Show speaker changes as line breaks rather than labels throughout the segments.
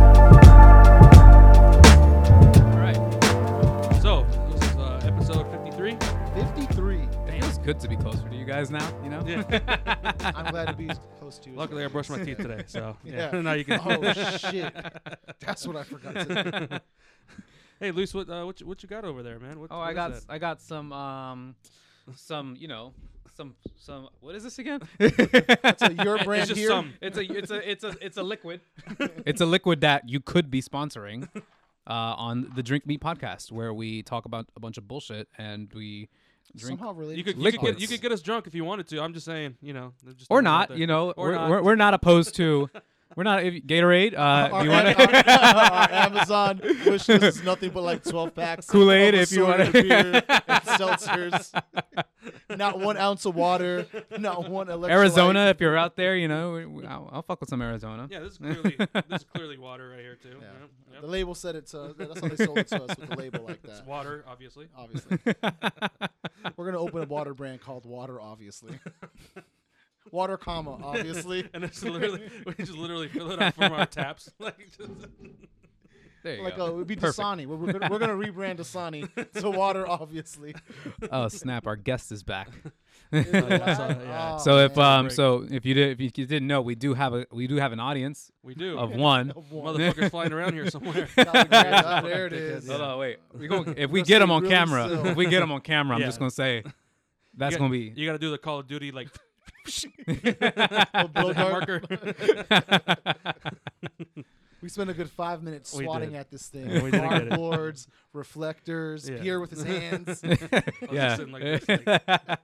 uh, guys now, you know?
I'm glad to be as close to you. as
Luckily, I brushed my teeth today, so yeah.
Yeah.
now you can.
Oh shit! That's what I forgot. To
hey, Luis, what uh, what, you, what you got over there, man? What,
Oh,
what
I
is
got
that?
s- I got some um some you know some some what is this again?
so your brand
just
here.
some.
it's a it's a it's a it's a liquid. it's a liquid that you could be sponsoring uh, on the Drink Me podcast, where we talk about a bunch of bullshit and we drink
Somehow related.
You could,
to
you, could get,
Liquids.
you could get us drunk if you wanted to. I'm just saying, you know. just
or
throwing it out
not.
there.
You know,
Or
we're,
not.
We're, we're not opposed to. We're not if, Gatorade. Uh,
our,
if you want
our,
to
our Amazon wish list is nothing but like 12 packs. of
Kool-Aid if you
assorted
wanna-
beer and seltzers. Not one ounce of water. Not one electrolyte.
Arizona, if you're out there, you know, we- we- I'll, I'll fuck with some Arizona.
Yeah, this is clearly this is clearly water right here too.
Yeah.
Yeah. Yep.
The label said it to us. That's how they sold it to us with a label like
It's
that.
water, obviously.
Obviously, we're gonna open a water brand called Water. Obviously, water, comma, obviously.
And it's literally we just literally fill it up from our taps. Like just,
There you
Like
go.
uh, it would be
Perfect.
Dasani. We're, we're, gonna, we're gonna rebrand Dasani to water, obviously.
Oh snap! Our guest is back.
I saw that, yeah.
Oh,
So if
man.
um so if you did if you didn't know we do have a we do have an audience
we do.
of one.
Of one.
Motherfuckers flying around here somewhere.
Got the grand- ah, there it is.
Hold on, wait. We going if we
Must
get
be
them on
really
camera,
still.
if we get them on camera, I'm
Yeah.
just gonna say that's
You got-
gonna be.
You got to do the Call of Duty like
A blow
with a
dart.
marker.
We spent a good five minutes
We
swatting
did.
at this thing.
Yeah, we didn't get it.
Cardboards, reflectors,
Yeah.
Pierre with his hands.
yeah.
sitting like this, like-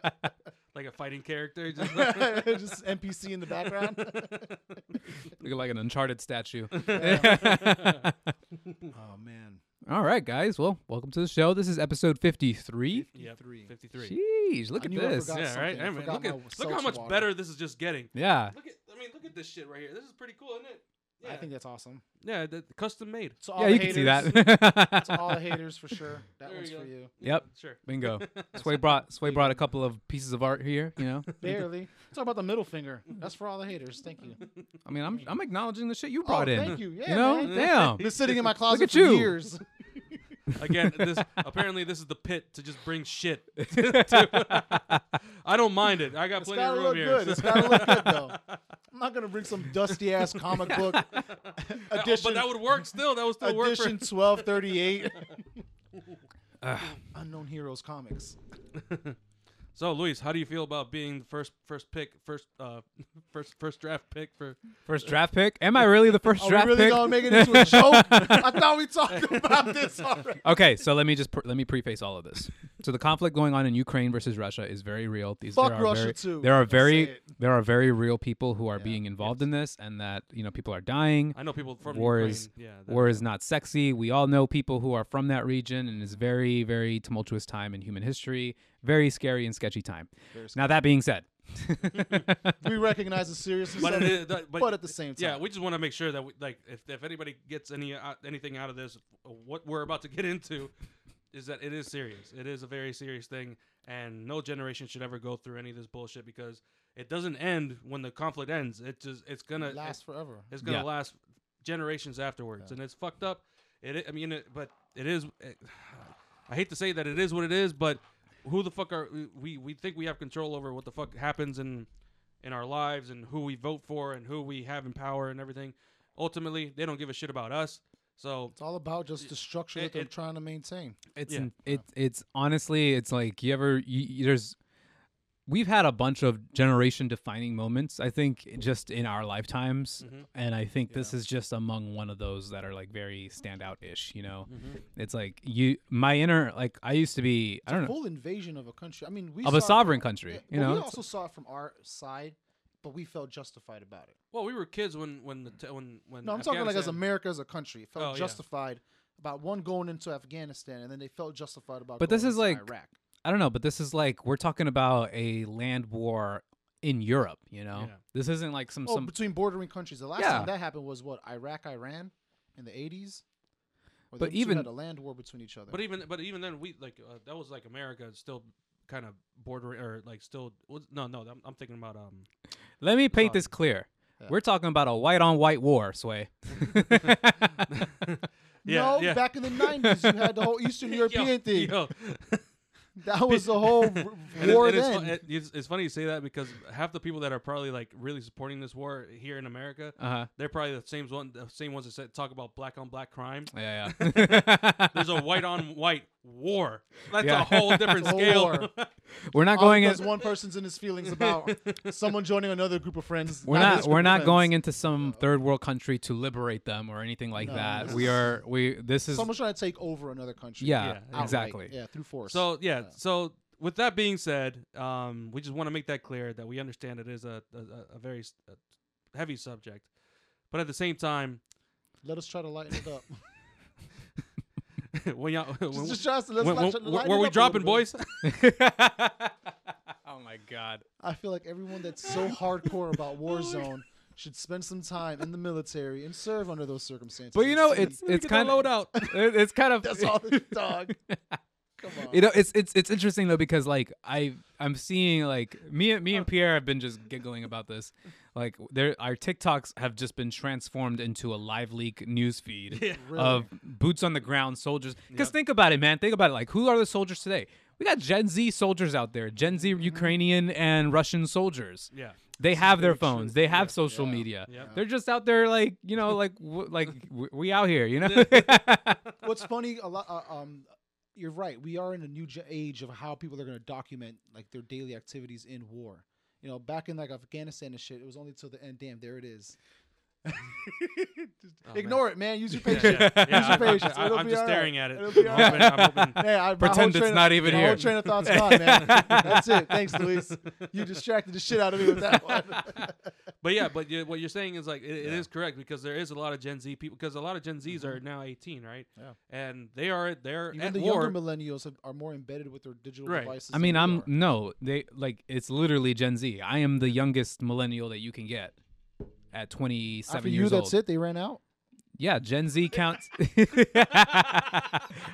like a fighting character. Just like,
Just NPC in the background.
Look like an Uncharted statue.
Oh man.
All right, guys. Well, welcome to the show. This is episode 53.
yep, 53.
Jeez, look
I
at
knew I
this.
forgot.
Yeah, right.
something.
Hey,
I
man,
forgot
look
my
at look how
seltzer
much
water.
better this is just getting.
Yeah.
Look at I mean, look at this shit right here. This is pretty cool, isn't it? Yeah,
I think that's awesome.
yeah, the, custom made.
So
Yeah,
all
you
the
can see
haters-
that.
to all the haters for sure. That
There
one's
you
for
go.
you.
Yep.
Sure.
Bingo. Sway brought Sway brought a couple of pieces of art here, you know.
Barely. Talk about the middle finger. That's for all the haters. Thank you.
I mean, I'm I'm acknowledging the shit you brought
oh,
in.
Thank you. Yeah.
you know?
man.
Damn.
Been sitting in my closet
at
for
you.
years.
Again, this apparently this is the pit to just bring shit. to- I don't mind it. I got
It's
plenty of
gotta
room
look
here.
good. It's gotta look good though. I'm not gonna bring some dusty ass comic book
Oh,
edition.
but that would work still. That would still work. For,
edition 1238. Unknown Heroes comics.
so, Luis, how do you feel about being the first first pick, first uh, first first draft pick for?
First draft pick? Am I really the first
Are
draft
we really
pick?
gonna make it into a joke? I thought we talked about this already.
Okay, so let me just pr- let me preface all of this. So the conflict going on in Ukraine versus Russia is very real. These
Fuck
there are
Russia,
very,
too.
There are
Let's say
very
it.
there are very real people who are being involved in this, and that you know people are dying.
I know people from
war
Ukraine.
is
yeah, that-
war is not sexy. We all know people who are from that region, and it's very very tumultuous time in human history. Very scary and sketchy time. Now that being said,
We recognize the seriousness
But,
of
it
it.
is- that- but,
but at the same
yeah,
time.
we just want to make sure that we, like if, if anybody gets any uh, anything out of this, uh, what we're about to get into is that it is serious. It is a very serious thing, and no generation should ever go through any of this bullshit because it doesn't end when the conflict ends. It just it's gonna
It lasts forever.
It's gonna
Yeah.
last generations afterwards, and it's fucked up. It, I- I mean, it, but it is. It, I hate to say that it is what it is, but who the fuck are we? We think we have control over what the fuck happens in in our lives and who we vote for and who we have in power and everything. Ultimately, they don't give a shit about us. So
It's all about just the structure that
it-
they're
it-
trying to maintain.
it's
Yeah.
in, it, it's honestly it's like you ever you, you- there's we've had a bunch of generation defining moments i think just in our lifetimes and i think this is just among one of those that are like very standout ish you know it's like you my inner like i used to be i don't know
Full invasion of a country. I mean, we
of a
saw it
sovereign
from-
country
yeah,
you
but
know
we
It's-
also saw it from our side, but we felt justified about it.
well, we were kids when when the t- when when
No, I'm talking like as
Afghanistan-
America as a country. It felt
Oh, yeah.
justified about one going into Afghanistan, and then they felt justified about.
But this
going
is
into
like-
Iraq.
i don't know but this is like we're talking about a land war in europe you know
Yeah.
this isn't like some
Oh,
some
between bordering countries. The last
Yeah.
time that happened was what Iraq, Iran, in the 80s. Where
But
them two
even-
had a land war between each other.
But e-, even but even then we like uh, that was like America still kind of bordering or like still was- no no I'm, I'm thinking about um
Let me paint this clear. We're talking about a white on white war, Sway.
yeah
no,
yeah.
back in the 90s, you had the whole Eastern European
Yo,
thing.
yo.
That was the whole r-
And it-
war
and it's, fu-
then.
it- it's, it's funny you say that because half the people that are probably like really supporting this war here in America,
Uh huh.
they're probably the same one, the same ones that said, talk about black on black crime.
Yeah. yeah.
There's a white on white war. That's
Yeah.
a whole different
It's a whole
scale.
war.
we're not
All
going
because
in.
one person's in his feelings about someone joining another group of friends.
We're not.
his
We're
group of
not
friends.
going into some third world country to liberate them or anything like
No,
that.
this
We
is-
are. We. This is.
Someone's trying to take over another country.
yeah,
Yeah,
outright.
Exactly.
Yeah, through force.
so yeah,
Yeah.
so with that being said, um, we just want to make that clear that we understand it is a a- a, a very s- a heavy subject, but at the same time,
let us try to lighten it up.
when y'all when,
just, just try to let's
when-
light-
when-
lighten
where
it
we
up a
dropping,
little bit.
boys?
oh my god.
I feel like everyone that's so hardcore about Warzone should spend some time in the military and serve under those circumstances.
But you
and
know,
see-
it's it's
Get that
kind
load
of
out.
it's kind of
that's all, dog. Come on.
You know, it's it's it's interesting though because like I I'm seeing like me and me and Pierre have been just giggling about this. Like there our TikToks have just been transformed into a live leak news feed
Really.
of boots on the ground soldiers. Because think about it, man. Think about it. Like who are the soldiers today? We got Gen Z soldiers out there, Gen
Mm-hmm.
Z Ukrainian and Russian soldiers.
Yeah,
They have their
very true.
phones. They have
Yeah.
social
Yeah.
media.
Yep.
They're just out there, like you know, like w- like w- we out here, you know.
What's funny, a lot. Uh, um, you're right. We are in a new ge- age of how people are going to document like their daily activities in war. You know, back in like Afghanistan and shit, it was only till the end. Damn, there it is. Just
Oh, man.
ignore it, man. Use your
yeah,
patience.
yeah, yeah,
Use your
I'm, I'm,
patience.
just- I'm
It'll be
just
all right.
staring at it.
It'll be all
I'm hoping-
right.
I'm hoping-
Man, I, my whole
Pretend it's
train of-
not even
my
here.
whole train of thought's gone, man. That's it. Thanks, Luis. You distracted the shit out of me with that one.
But yeah, but you, what you're saying is like it, it is correct because there is a lot of Gen Z people because a lot of Gen Zs are now 18, right?
Mm-hmm. Yeah.
And they are they're
Even
at
the
war.
younger millennials have, are more embedded with their digital
Right.
devices.
I mean,
than we
I'm
are.
no, they like it's literally Gen Z. I am the youngest millennial that you can get at 27
after
years
you.
old.
That's it. They ran out.
Yeah, Gen Z counts.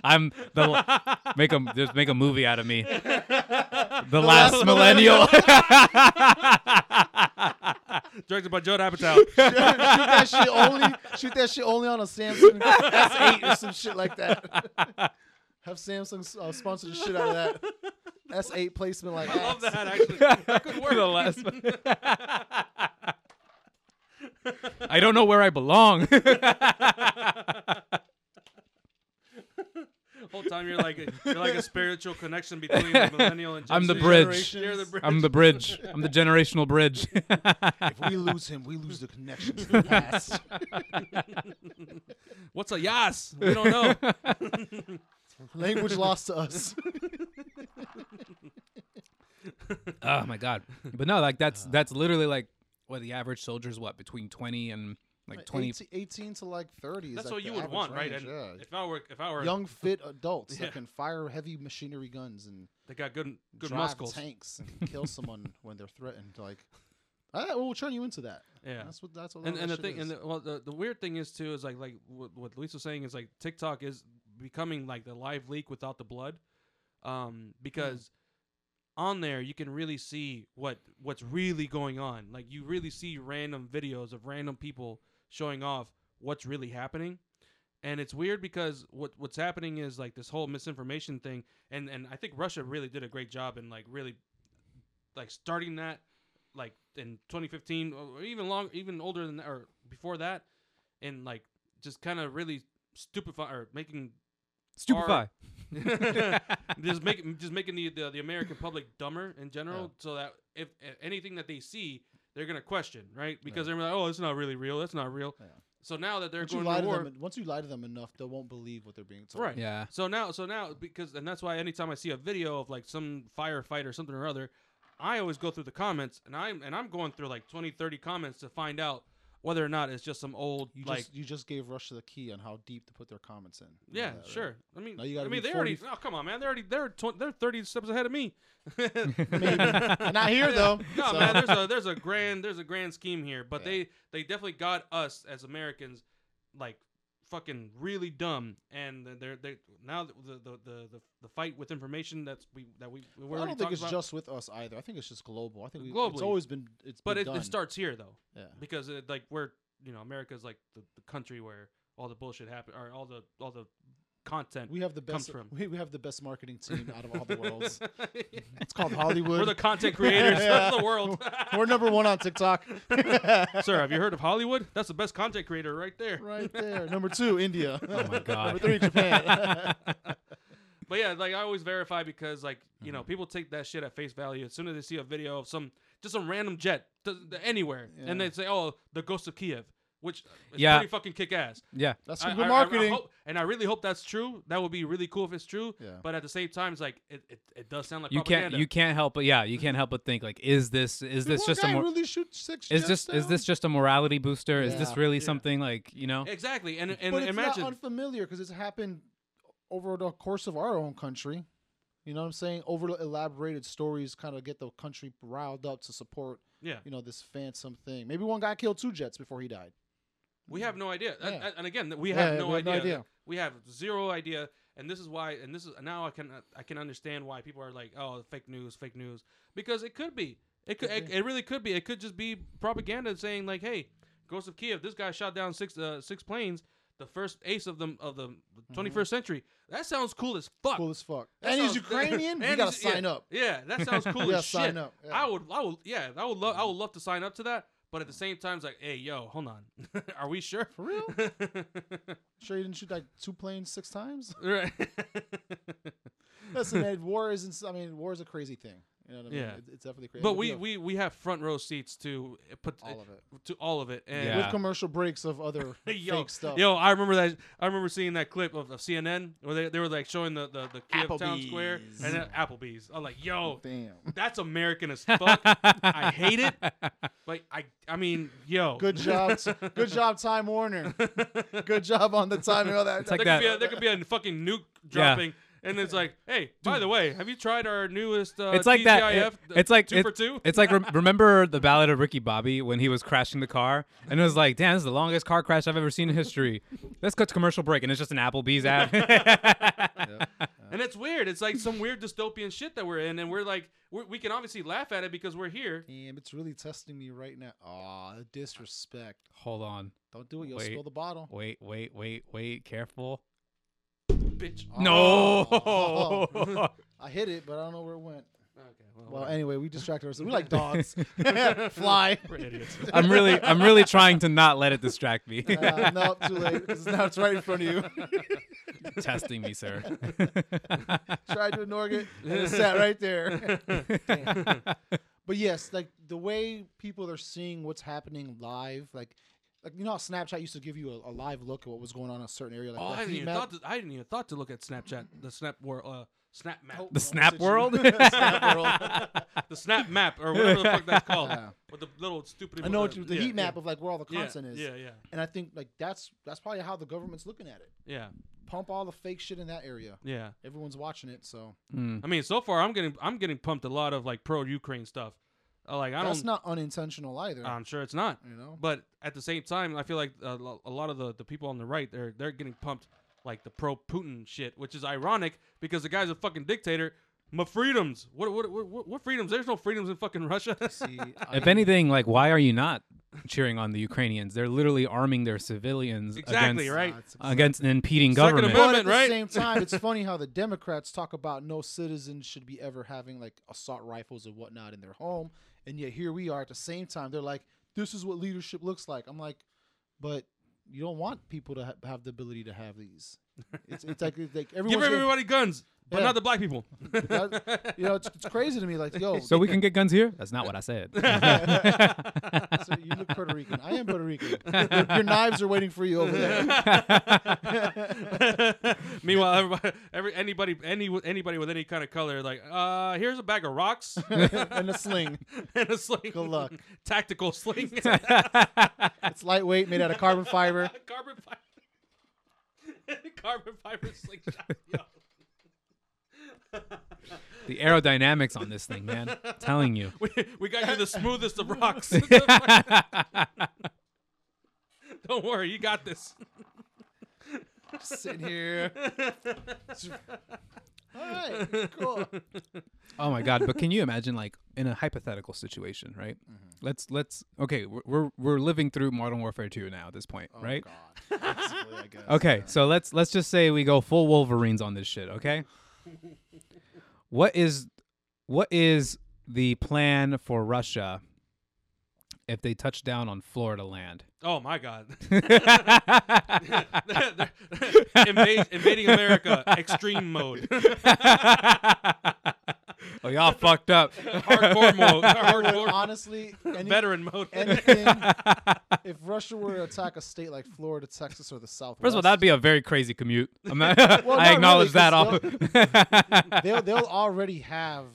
I'm the make them just make a movie out of me. The, last,
last
millennial.
Directed by Judd Apatow.
shoot that shit only. Shoot that shit only on a Samsung S8 or some shit like that. Have Samsung uh, sponsor the shit out of that S8 placement. Like,
I love
that.
that actually. That could work.
the last. I don't know where I belong.
Whole time you're like a- you're like a spiritual connection between the millennial and Gen
I'm the
Z
bridge.
generation. You're the bridge.
I'm the bridge. I'm the generational bridge.
If we lose him, we lose the connection to the past.
What's a yas? We don't know.
Language lost to us.
oh my god but no like that's that's literally like what the average soldier's what between 20 and like 20
18, 18 to like 30 is
That's
like
what
the
you would
average
want, right?
range,
And
yeah.
if I were if I were
Young, fit adults
Yeah.
that can fire heavy machinery guns and
they got good good
drive
muscles.
tanks and kill someone when they're threatened. Like, all right, we'll turn you into that.
Yeah.
That's what. That's what.
and
all
and the
that shit
thing and
is.
the, well the, the weird thing is too is like like what, what Luis was saying is like TikTok is becoming like the live leak without the blood, um because
Hmm.
on there you can really see what what's really going on. Like you really see random videos of random people showing off what's really happening. And it's weird because what what's happening is like this whole misinformation thing and and I think Russia really did a great job in like really like starting that like in 2015 or even long even older than that, or before that and like just kind of really stupefy or making
stupefy
just making just making the, the the American public dumber in general, so that if a- anything that they see, they're gonna question, right? Because they're like, oh, it's not really real. That's not real.
Yeah.
So now that they're
once you
going
lie
to
to
war,
them, once you lie to them enough, they won't believe what they're being told.
Right.
yeah
so now so now because and that's why anytime I see a video of like some firefight or something or other, I always go through the comments and I'm and I'm going through like 20, 30 comments to find out whether or not it's just some old
You
like
just you just gave Russia the key on how deep to put their comments in. You know
Yeah,
that, right?
sure. I mean,
Now you gotta
I mean,
be
they already.
40
Oh, come on, man. They're already. They're tw- they're thirty steps ahead of me.
Maybe. They're not here, though,
No,
so-
man. There's a there's a grand there's a grand scheme here, but they they definitely got us as Americans, like fucking really dumb, and they're they now the the the the, the fight with information that's we that we we
I
already
don't think
talked
it's
about.
just with us either. I think it's just global. I think we,
Globally.
it's always been it's
but
been
it,
done.
it starts here though,
Yeah.
because uh, it, like we're you know America's like the, the country where all the bullshit happen or all the all the content.
We have the
Comes
best.
from.
We, we have the best marketing team out of all the worlds. It's called Hollywood.
We're the content creators
Yeah.
of the world.
We're number one on TikTok.
Sir, have you heard of Hollywood? That's the best content creator right there.
right there. Number two, India.
Oh my
number
god.
three, Japan.
But yeah, like I always verify because like you
Mm-hmm.
know people take that shit at face value as soon as they see a video of some just some random jet th- th- anywhere,
Yeah.
and they say, "Oh, the ghost of Kiev," which is
Yeah.
pretty fucking kick ass.
Yeah.
That's
I,
good
I- I- I
marketing.
hope- and I really hope that's true. That would be really cool if it's true.
Yeah.
But at the same time, it's like it, it, it does sound like
You can't
propaganda.
you can't help but yeah, you can't help but think like is this is
Did
this
one
just a
guy
more
really shoot six?
is this
jets
is this
down?
just a morality booster? Is
Yeah.
this really
Yeah.
something like, you know?
exactly. And and
but it's
imagine
not unfamiliar because it's happened over the course of our own country. You know what I'm saying? Over elaborated stories kind of get the country riled up to support,
yeah.
you know, this phantom thing. Maybe one guy killed two jets before he died.
We have no idea. And-
Yeah.
And, and again, we
Yeah,
have,
yeah,
no,
we have
idea.
no idea.
We have zero idea. And this is why. And this is now I can I can understand why people are like, oh, fake news, fake news, because it could be. It could.
Could
It,
be.
it really could be. It could just be propaganda saying like, hey, Ghost of Kiev, this guy shot down six uh, six planes. The first ace of them of the 21st century. That sounds cool as fuck.
Mm-hmm. Cool as fuck.
That
and he's
sounds-
Ukrainian.
and
you gotta
he's- yeah,
sign up.
Yeah, that sounds cool
Yeah,
as shit.
sign up. Yeah. Mm-hmm.
I would. I would. Yeah, I would love. I would love to sign up to that. But at the same time, it's like, hey, yo, hold on. are we sure?
For real?
real?
Sure, you didn't shoot like two planes six times?
Right.
Listen, man, war isn't. I mean, war is a crazy thing. You know what I mean?
Yeah.
It- It's definitely crazy.
but we, we we have front row seats to uh, put
all of it
to all of it. And
Yeah.
with commercial breaks of other
Yo,
fake stuff.
Yo, I remember that. I remember seeing that clip of, of CNN where they, they were like showing the the, the Kiev town square
Applebee's.
and then Applebee's. I'm like, yo,
Damn.
that's American as fuck. I hate it. Like I I mean, yo,
Good job. t- good job, Time Warner. Good job on the timing of that.
It's like
there could, be
that.
a, there could be a fucking nuke dropping. And it's like, hey, by the way, have you tried our newest? Uh,
It's like that.
TGIF,
it- it's like
two
it-
for two.
It's like rem- remember the ballad of Ricky Bobby when he was crashing the car, and it was like, "Damn, this is the longest car crash I've ever seen in history." Let's cut to commercial break, and it's just an Applebee's ad.
And it's weird. It's like some weird dystopian shit that we're in, and we're like, we're, we can obviously laugh at it because we're here.
Damn, it's really testing me right now. Aw, the disrespect.
Hold on,
Don't do it. You'll
Wait.
spill the bottle.
wait, wait, wait, wait. Careful.
Bitch.
No.
Oh. I hit it, but I don't know where it went.
Okay.
Well,
whatever.
anyway, we distracted ourselves. We like dogs. Fly.
We're idiots.
I'm really, I'm really trying to not let it distract me.
Uh, no, too late. 'cause now it's right in front of you.
Testing me, sir.
Tried to ignore it, and it sat right there. But yes, like the way people are seeing what's happening live, like like you know how Snapchat used to give you a, a live look at what was going on in a certain area, like
oh,
the
I didn't
heat
even
map.
thought. To, I didn't even thought to look at Snapchat. The snap world. Uh, snap map.
Oh,
the
no,
snap
it's a-
world.
Snap world.
the snap map or whatever the fuck that's called.
Yeah.
With the little stupid.
I know what you,
uh,
the
yeah,
heat map
yeah,
of like where all the
yeah,
content is,
Yeah, yeah,
and I think like that's that's probably how the government's looking at it.
yeah,
Pump all the fake shit in that area.
yeah.
Everyone's watching it, so
Hmm.
I mean, so far I'm getting I'm getting pumped a lot of like pro Ukraine stuff. Uh, like I
that's
don't. Uh,
not unintentional either.
I'm sure it's not.
you know,
But at the same time, I feel like a lo- a lot of the, the people on the right they're they're getting pumped like the pro Putin shit, which is ironic because the guy's a fucking dictator. My freedoms. What what what, what- what freedoms? There's no freedoms in fucking Russia.
see, I-
If anything, like, why are you not cheering on the Ukrainians? They're literally arming their civilians
Exactly,
against,
right.
it's
against an impeding
Second
government.
Amendment.
But at the
right?
same time, it's funny how the Democrats talk about no citizens should be ever having like assault rifles and whatnot in their home, and yet here we are at the same time. They're like, "This is what leadership looks like." I'm like, "But you don't want people to ha- have the ability to have these." It's, it's like it's like
Give
everyone's gonna-
everybody guns, but
Yeah.
not the black people.
That- you know it's, it's crazy to me. Like, yo,
So we can get guns here? That's not what I said.
so you look Puerto Rican. I am Puerto Rican. Your, your knives are waiting for you over there.
Meanwhile, everybody, every anybody any anybody with any kind of color, like uh, here's a bag of rocks
and a sling.
and a sling.
Good luck.
Tactical sling.
It's lightweight, made out of carbon fiber.
carbon fiber. carbon fiber slingshot. Yo.
the aerodynamics on this thing, man. telling you.
We, we got you the smoothest of rocks. Don't worry, you got this.
sitting here. All right, cool.
Oh my god, but can you imagine like in a hypothetical situation, right?
Mm-hmm.
let's let's okay. We're we're, we're living through Modern Warfare 2 now at this point,
Oh,
right?
God. Basically, I guess.
Okay,
Yeah.
so let's let's just say we go full Wolverines on this shit, okay? what is what is the plan for Russia if they touch down on Florida land?
Oh my God! Invade, invading America, extreme mode,
Oh, y'all fucked up.
hardcore mode,
I would
hardcore,
honestly, any,
veteran mode.
anything. if Russia were to attack a state like Florida, Texas, or the Southwest,
First of all, that'd be a very crazy commute. I'm not,
Well,
I
not
acknowledge that.
really,
Off.
'cause they'll they'll already have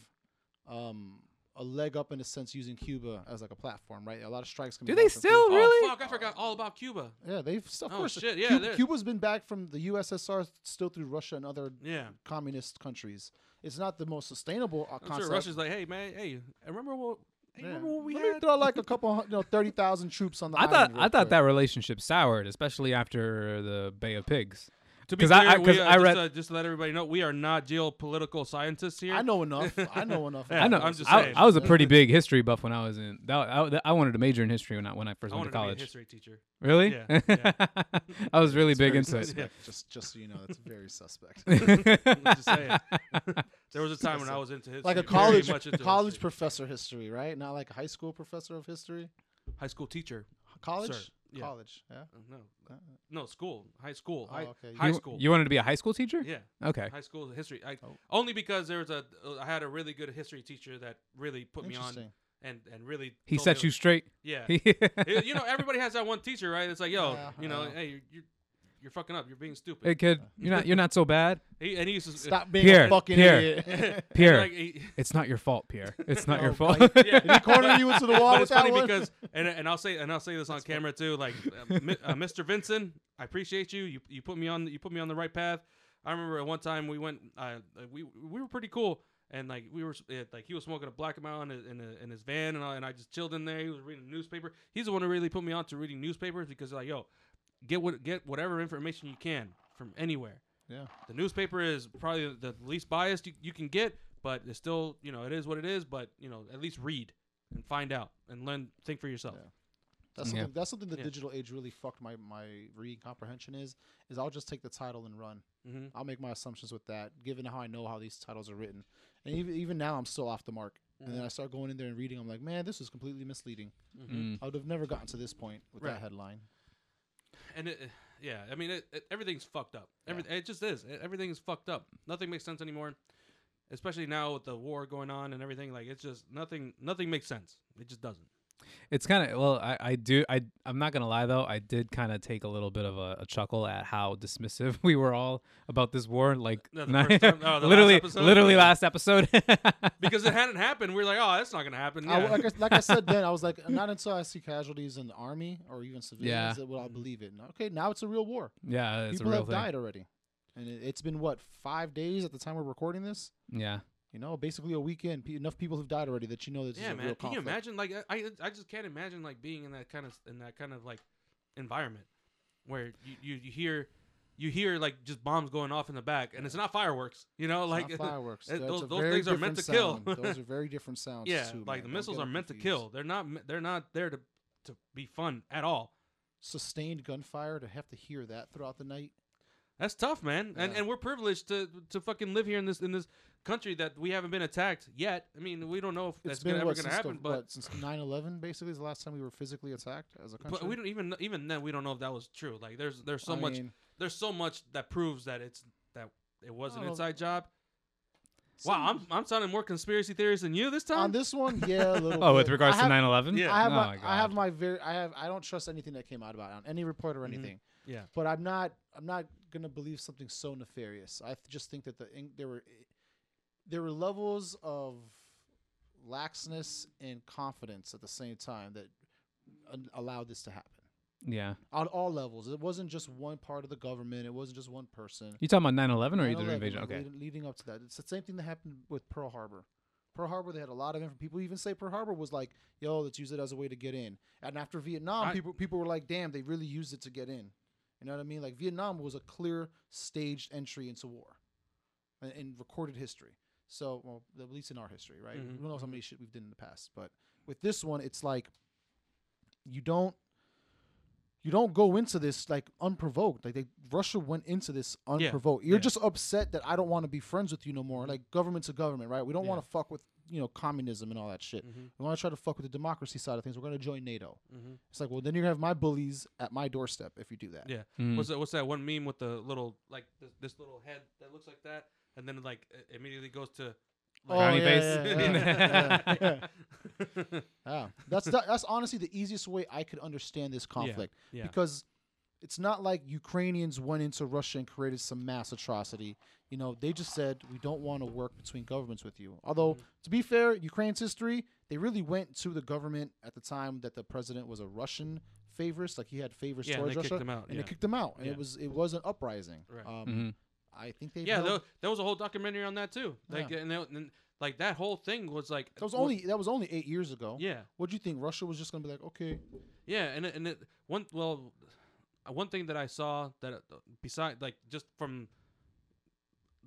um, a leg up in a sense using Cuba as like a platform, right? A lot of strikes. coming
Do they
down from
still
oh
Cuba.
really?
fuck! I forgot all about Cuba.
Yeah, they've still. Of
Oh,
course,
shit, yeah,
Cuba-
they're-
Cuba's been back from the USSR still through Russia and other
Yeah,
communist countries. It's not the most sustainable uh,
I'm
concept.
sure Russia's like, hey man, hey, I remember what? Hey,
Yeah.
Remember what we
Let me
had?
throw like a couple, hun- you know, thirty thousand troops on the.
I thought
island real
I thought
quick.
that relationship soured, especially after the Bay of Pigs.
To be
'Cause
clear,
I- I-
we,
'cause
uh,
I read-
just, uh, just to let everybody know, we are not geopolitical scientists here.
I know enough. I know enough.
Yeah,
I know.
I'm just
I,
saying.
I was a pretty big history buff when I was in. That, I, I wanted to major in history when I when I first
I
went to
wanted
college.
to be a history teacher.
really?
Yeah, yeah.
I was really big
Very
into it.
suspect, Just, just so you know, that's very suspect.
Just saying. There was a time when I was into history,
like a
very
college,
much into
college
history.
professor history, right? Not like a high school professor of history.
high school teacher.
College,
yeah.
college, yeah.
Uh,
Uh,
No, no, school, high school,
Oh,
high,
okay.
high
you,
school.
You wanted to be a high school teacher?
yeah,
Okay.
high school history. I,
Oh.
Only because there was a, uh, I had a really good history teacher that really put me on
Interesting.
and and really
He
told
set
me-
you straight.
Yeah,
hey
It- you know everybody has that one teacher, right? It's like, yo,
Yeah,
you know,
yeah.
hey, you're, you're you're fucking up. You're being stupid.
kid, you're not you're not so bad.
He, and he used to
Stop being
Pierre,
a fucking
Pierre.
idiot.
and,
Pierre,
like, he-
it's not your fault, Pierre. It's not your
Oh,
fault.
God.
yeah.
Did he corner you into the wall
But
with
it's
that
funny
one?
because and and I'll say and I'll say this on camera too. Like, uh, Mi- uh, Mr. Vincent, I appreciate you. You you put me on you put me on the right path. I remember at one time we went. Uh, uh, we we were pretty cool. And like we were, s- uh, like he was smoking a black amount in, in, a- in his van, and I, and I just chilled in there. He was reading a newspaper. He's the one who really put me on to reading newspapers because like, yo, get what get whatever information you can from anywhere.
Yeah.
The newspaper is probably the least biased you, you can get, but it's still, you know, it is what it is, but, you know, at least read and find out and learn think for yourself.
Yeah. That's something,
Yeah.
that's something the
Yeah.
digital age really fucked my, my reading comprehension is, is I'll just take the title and run.
Mhm.
I'll make my assumptions with that, given how I know how these titles are written. And even, even now, I'm still off the mark. And then
Mm.
I start going in there and reading. I'm like, man, this is completely misleading.
Mm.
I would have never gotten to this point with
Right.
that headline.
And it, yeah, I mean, it, it- everything's fucked up. Every, It just is. It, everything's fucked up. Nothing makes sense anymore. Especially now with the war going on and everything, like it's just nothing. Nothing makes sense. It just doesn't.
It's kind of well. I, I do. I I'm not gonna lie though. I did kind of take a little bit of a, a chuckle at how dismissive we were all about this war. Like
No, the first time- oh, the last
literally,
episode?
literally
Yeah.
last episode.
Because it hadn't happened, we are like, oh, that's not gonna happen.
I,
Yeah.
like, I, like I said then, I was like, not until I see casualties in the army or even
Yeah.
civilians that will I believe it. And okay, now it's a real war.
yeah, it's
People
a real
have
thing.
died already, and it, it's been what five days at the time we're recording this.
Yeah,
You know, basically a weekend. Pe- enough people have died already that you know this
yeah,
is a
man.
real
Can you
conflict.
imagine? Like, I, I- I just can't imagine like being in that kind of in that kind of like environment where you, you, you hear you hear like just bombs going off in the back, and it's not fireworks. You know,
It's
like
not fireworks.
it-
That's
those-
a
those
very
things are meant
different
to kill.
sound. those are very different sounds.
yeah,
too, man.
like the
Don't
missiles
get
are
'em
meant to
confused.
kill. They're not me- they're not there to to be fun at all.
Sustained gunfire to have to hear that throughout the night.
That's tough, man. And
Yeah.
and we're privileged to to fucking live here in this in this country that we haven't been attacked yet. I mean, we don't know if that's
it's been
gonna, ever going
what,
to
since the-
happen, but.
what, since 9/11 basically is the last time we were physically attacked as a country.
But we don't even even then we don't know if that was true. Like there's there's so
I
much
mean,
there's so much that proves that it's that it was an
Oh.
inside job.
some-
Wow, I'm I'm sounding more conspiracy theories than you this time.
on this one, yeah, a little.
Oh,
bit.
with regards
I have,
to 9/11.
Yeah.
I have
oh,
my,
God.
I have my very, I have, I don't trust anything that came out about it on any report or anything.
Mm-hmm. Yeah.
But I'm not, I'm not gonna believe something so nefarious. I th- just think that the in, there were, eh, there were levels of laxness and confidence at the same time that an- allowed this to happen
yeah.
on all levels. It wasn't just one part of the government. It wasn't just one person.
You talking about 9/11 or
9/11,
either invasion?
like,
Okay.
leading- Leading up to that, it's the same thing that happened with Pearl Harbor. Pearl Harbor, they had a lot of info. People even say Pearl Harbor was like, "Yo, let's use it as a way to get in." And after Vietnam,
I-
people people were like, "Damn, they really used it to get in." You know what I mean? Like Vietnam was a clear staged entry into war, in, in recorded history. So, well, at least in our history, right?
Mhm,
Mm-hmm.
We don't know how many shit we've done in the past, but With this one, it's like you don't you don't go into this like unprovoked. Like they, Russia went into this unprovoked. You're
yeah. Mm-hmm.
just upset that I don't want to be friends with you no more. Like government to government, right? We don't
Yeah.
want to fuck with you know communism and all that shit.
Mhm.
We want to try to fuck with the democracy side of things. We're going to join NATO.
Mhm.
It's like, well, then you're gonna have my bullies at my doorstep if you do that.
Yeah.
Mm.
What's that? What's that one meme with the little like this, this little head that looks like that, and then like it immediately goes to.
Oh,
Frowny
yeah,
face.
yeah, yeah, yeah. Yeah. That's that, that's honestly the easiest way I could understand this conflict
yeah.
because it's not like Ukrainians went into Russia and created some mass atrocity. You know, they just said we don't want to work between governments with you. Although
Mm-hmm.
to be fair, Ukraine's history, they really went to the government at the time that the president was a Russian favorist, like he had favors
yeah, and they
towards
kicked
Russia,
him out.
and
yeah.
they kicked them out, and
Yeah.
it was it was an uprising.
Right.
Um,
Mhm.
I think they
yeah,
held-
there, there was a whole documentary on that too. Like, and, that- and like that whole thing was like
that was
one-
only that was only eight years ago.
Yeah,
What do you think? Russia was just gonna be like, okay,
yeah, and it- and it, one well, uh, one thing that I saw that uh, beside like just from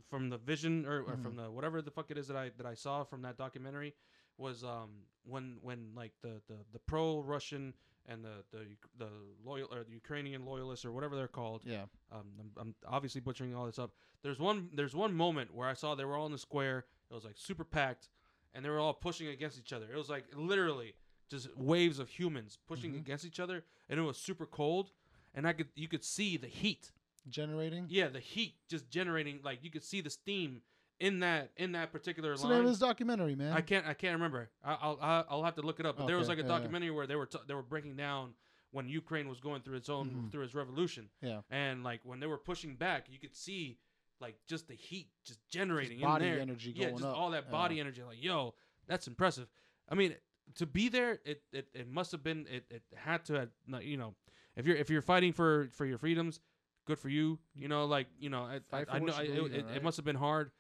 from the vision or, or from the whatever the fuck it is that I that I saw from that documentary was um when when like the the, the pro Russian and the the Uk- the loyal or the Ukrainian loyalists or whatever they're called
yeah,
um, I'm, I'm obviously butchering all this up. There's one there's one moment where I saw they were all in the square. It was like super packed, and they were all pushing against each other. It was like literally just waves of humans pushing
Mhm.
against each other, and it was super cold. And I could you could see the heat.
generating.
Yeah, the heat just generating like you could see the steam in that in that particular
What's the name
line.
of this documentary, man?
I can't. I can't remember. I, I'll. I'll- I'll have to look it up. But there was
Okay,
like a
yeah, yeah.
documentary where they were t- they were breaking down when Ukraine was going through its own
Mhm.
through its revolution.
Yeah.
And like when they were pushing back, you could see like just the heat just generating
Just body
in there.
energy
yeah,
going
just
up.
all that
Yeah.
body energy. Like yo, that's impressive. I mean, to be there, it it, it must have been it, it had to have, like, you know if you're if you're fighting for for your freedoms, good for you. You know, like you know, I, I,
Fight for
I know
what
I,
you
it,
believe in,
it, it
right?
must have been hard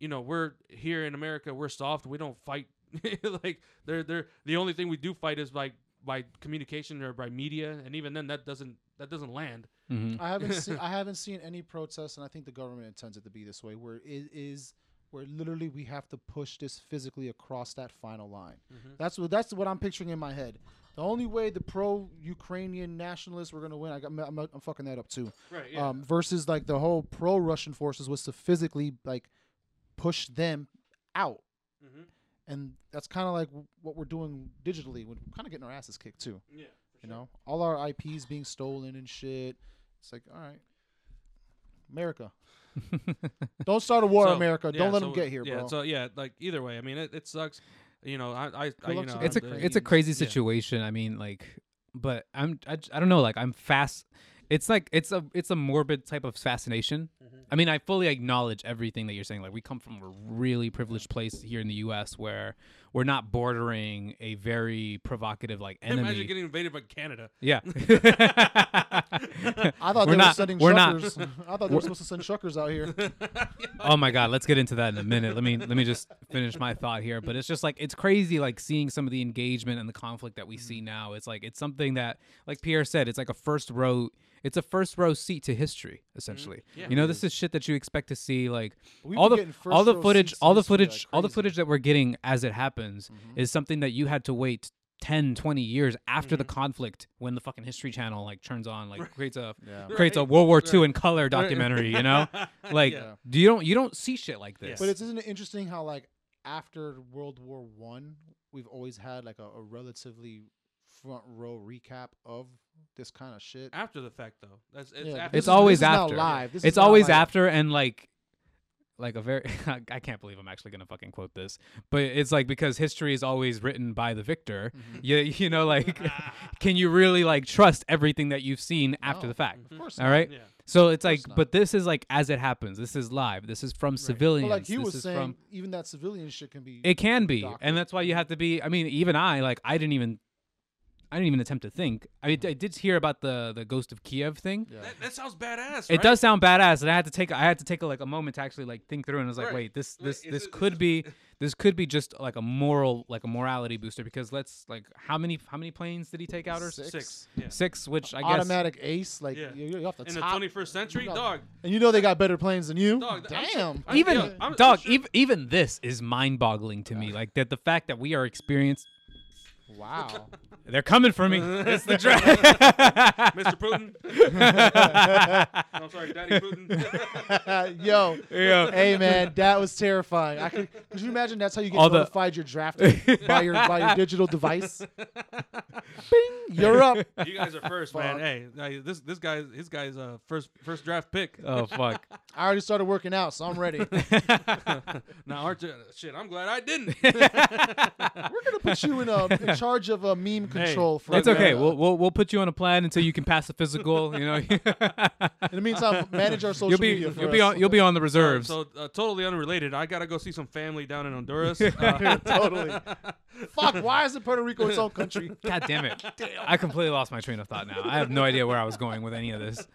you know, we're here in America, we're soft. We don't fight. like they're they're the only thing we do fight is like by communication or by media, and even then that doesn't that doesn't land.
Mhm.
I haven't seen. I haven't seen any protests, and I think the government intends it to be this way, where it is, where literally we have to push this physically across that final line. That's what that's what I'm picturing in my head. The only way the pro-Ukrainian nationalists were going to win, I got, I'm, I'm, I'm fucking that up too.
Right.
Um, versus like the whole pro-Russian forces was to physically like push them out.
Mhm.
and that's kind of like w- what we're doing digitally. We're kind of getting our asses kicked too.
yeah.
You know, all our IPs being stolen and shit. It's like, all right, America, don't start a war, America.
yeah,
don't let
so-
them get here,
yeah,
bro.
So yeah, like either way, I mean, it, it sucks. You know, I, I, I you
luck
know,
to
it's
I'm
a
the-
it's a
Ukrainians.
crazy
Yeah.
situation. I mean, like, but I'm I, j- I don't know. Like, I'm fast. It's like it's a it's a morbid type of fascination.
Mm-hmm.
I mean, I fully acknowledge everything that you're saying. Like, we come from a really privileged place here in the U.S. where we're not bordering a very provocative like enemy.
imagine getting invaded by Canada.
yeah.
I
we're
thought they were
not-
sending
we're not-
truckers. I thought they were supposed to send truckers out here.
oh my god let's get into that in a minute let me let me just finish my thought here but it's just like it's crazy like seeing some of the engagement and the conflict that we see
Mm-hmm.
now it's like it's something that like pierre said it's like a first row it's a first row seat to history essentially
Mm-hmm.
Yeah.
you know this is shit that you expect to see like
We've
all
been
the
getting first
all the
row
footage
seats to
all the
history like
footage all the
crazy. Mm-hmm.
footage that we're getting as it happens is something that you had to wait 10 20 years after the
Mm-hmm.
conflict when the fucking history channel like turns on like creates a
Yeah.
creates a
Right.
world war ii
Right.
in color documentary you know like
Yeah.
do you don't you don't see shit like this.
But it's isn't it interesting how like after World War One, we've always had like a, a relatively front row recap of this kind of shit.
after the fact though. That's it's,
Yeah,
after
this
It's
is-
the
always
this is now
after.
live. This
it's
is now
always
live.
after and like like a very I can't believe I'm actually gonna fucking quote this, but it's like because history is always written by the victor.
Mm-hmm.
You you know like can you really like trust everything that you've seen after
Ah. No.
the fact?
Of course.
All right.
Yeah.
So it's like,
course not.
but this is like as it happens. This is live. This is from
But
civilians.
like he
this
was
is
saying,
from
even that civilian shit can be.
It can be,
doctor.
and that's why you have to be. I mean, even I, like, I didn't even, I didn't even attempt to think. I, I did hear about the the ghost of Kiev thing.
Yeah.
That, that sounds
It
badass. right?
does sound badass, and I had to take I had to take a, like a moment to actually like think through, and I was like,
Right.
wait, this
Like,
this
is
this
it-
could be this could be just like a moral like a morality booster because let's like how many how many planes did he take out or
Six.
Six. Yeah.
six which I guess
automatic ace, like
Yeah.
you- you're off the
In the
top,
21st century,
You know-
dog.
and you know they got better planes than you.
Dog, I'm sure-
Damn,
I'm-
even
yeah, I'm- I'm
dog
sure-
ev- even this is mind boggling to me like that the fact that we are experienced
Wow.
They're coming for me. It's the dragon.
Mr. Putin. No, I'm sorry, Daddy Putin.
Yo. Hey man, that was terrifying. I could, could you imagine that's how you get
All the-
notified you're drafted by your by your digital device? Bing, you're up.
you guys are first, man.
Fuck.
Hey, hey, this this guy, his guy's uh, first first draft pick.
oh fuck.
I already started working out, so I'm ready. We're
now, aren't you? Shit, I'm glad I didn't.
gonna put you in a in charge of a meme control for.
It's
uh,
okay. We'll, we'll we'll put you on a plan until you can pass the physical. You know,
in the meantime, manage our social
you'll be
media. for
you'll be
us.
on you'll be on the reserves.
So uh, totally unrelated. I gotta go see some family down in Honduras. Uh,
totally. Fuck. Why is it Puerto Rico its own country?
God damn it! I completely lost my train of thought now. I have no idea where I was going with any of this.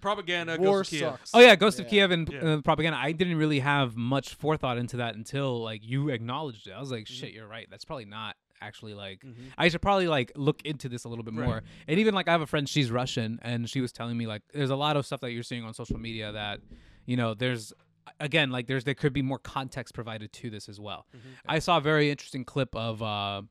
propaganda
War
goes to Kiev.
sucks.
Oh yeah, Ghost of
Yeah.
Kiev and
Yeah.
uh, propaganda. I didn't really have much forethought into that until like you acknowledged it. I was like, shit, you're right. That's probably not actually like. I should probably like look into this a little bit
Right.
more. And even like I have a friend, she's Russian, and she was telling me like, there's a lot of stuff that you're seeing on social media that, you know, there's again like there's there could be more context provided to this as well. I saw a very interesting clip of. uh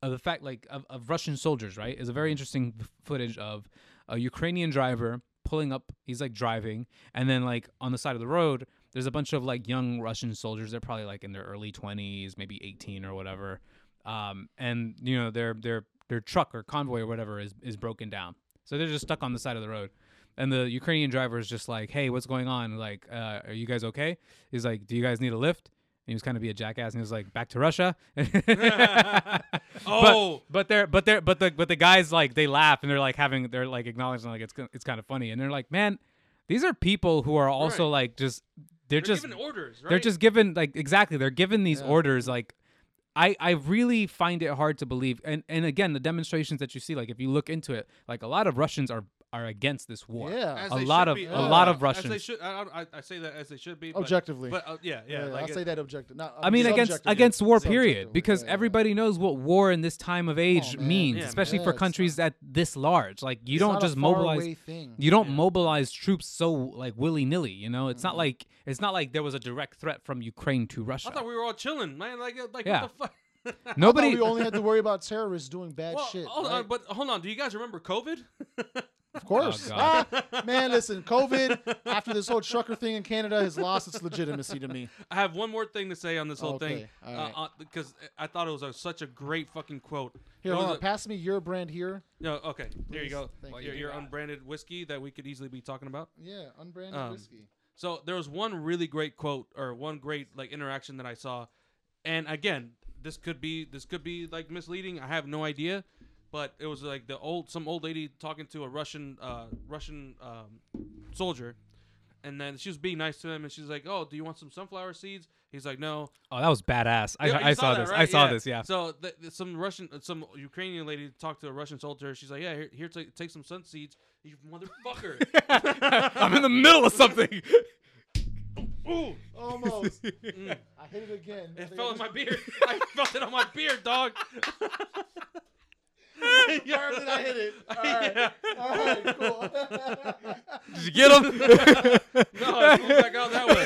of the fact like of, of Russian soldiers, right? Is a very interesting f- footage of a Ukrainian driver pulling up. He's like driving, and then like on the side of the road, there's a bunch of like young Russian soldiers. They're probably like in their early twenties, maybe eighteen or whatever. Um, and you know their their their truck or convoy or whatever is is broken down, so they're just stuck on the side of the road. And the Ukrainian driver is just like, "Hey, what's going on? Like, uh, are you guys okay?" He's like, "Do you guys need a lift?" And he was kind of be a jackass, and he was like, "Back to Russia."
Oh.
but, but they're but they're but the but the guys like they laugh and they're like having they're like acknowledging like it's kin- it's kind of funny, and they're like, "Man, these are people who are also
Right.
like just they're,
They're
just
giving orders, right?
they're just given like exactly they're given these
Yeah.
orders like I, I really find it hard to believe and, and again the demonstrations that you see like if you look into it like a lot of Russians are are against this war
Yeah.
As
a
they
lot
should
of-
be.
a lot
of
as they
Russians.
should- I, I, I say that as they should be but-
Objectively.
But, uh, yeah, yeah,
Yeah,
like
I'll
it-
say that objective. Not,
I mean against
subjectively.
against war period
Subjectively,
because
yeah, yeah, yeah.
everybody knows what war in this time of age
man.
means
Yeah,
especially
man.
for
Yeah, it's
countries at this large like you
It's
don't
not a
just mobilize
faraway Thing.
you don't
Yeah.
mobilize troops so like willy nilly you know it's not like it's not like there was a direct threat from Ukraine to Russia
I thought we were all chilling, man. Like, uh, like
Yeah.
what the fuck?
I thought
nobody
we only had to worry about terrorists doing bad
well,
shit.
hold
right?
on, but uh, hold on. Do you guys remember COVID?
of course.
Oh, God.
ah, man, listen, COVID, after this whole trucker thing in Canada has lost its legitimacy to me.
I have one more thing to say on this whole
Okay, all
thing Uh,
right.
because I thought it was a, such a great fucking quote.
Here,
It was
hold on.
a-
Pass me your brand here.
No, okay. There you
Please,
go.
thank
your
you.
your unbranded whiskey that we could easily be talking about.
Yeah, unbranded
Um,
whiskey.
So there was one really great quote or one great like interaction that I saw, and again, this could be this could be like misleading. I have no idea, but it was like the old some old lady talking to a Russian uh, Russian um, soldier, and then she was being nice to him, and she's like, "Oh, do you want some sunflower seeds?" He's like, "No."
oh that was badass I,
Yeah, you
I saw,
that,
this I
right?
saw this yeah
So th- th- some Russian, uh, some Ukrainian lady talked to a Russian soldier. She's like, "Yeah, here, here take, take some sun seeds, you motherfucker."
I'm in the middle of something.
Ooh,
Almost.
Mm.
I hit it again. I
it
think I
fell in
just
my beard. I felt it on my beard, dog.
confirmed that I hit it. All right.
Yeah.
All right, cool.
Did you get him?
No, it flew Oh, back out that way,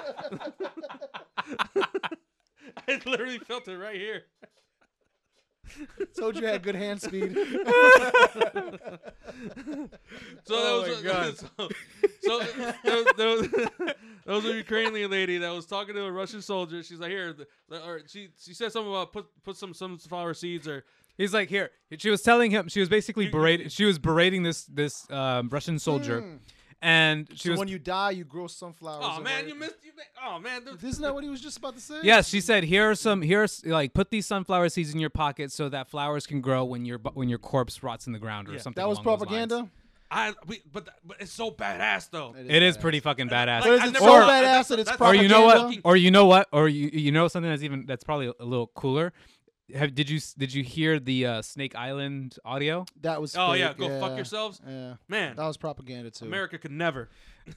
motherfucker. I literally felt it right here.
Told you I had good hand speed.
So
Oh
that was
my God.
so, so there was, there was, there was a Ukrainian lady that was talking to a Russian soldier. She's like, "Here," the- or she she said something about put put some sunflower seeds or
He's like, here. She was telling him. She was basically berating. She was berating this this um, Russian soldier, and she
so
was.
when you die, you grow sunflowers.
oh
or
man,
whatever.
you missed you. ma- Oh man, dude.
Isn't that what he was just about to say?
Yes, she said, "Here are some. Here's like, put these sunflower seeds in your pocket so that flowers can grow when your bu- when your corpse rots in the ground or
Yeah.
something."
That was
along those lines.
propaganda.
I we, but th- but it's so badass though.
It is pretty fucking badass.
But is
I
it
never
so
thought-
badass that it's
that's-
or you know what?
propaganda?
Or you know what? Or you you know something that's even that's probably a little cooler. Have did you s- did you hear the uh, Snake Island audio?
That was.
Oh
fake,
yeah, go fuck
yeah,
yourselves,
Yeah,
man.
that was propaganda too.
America could never.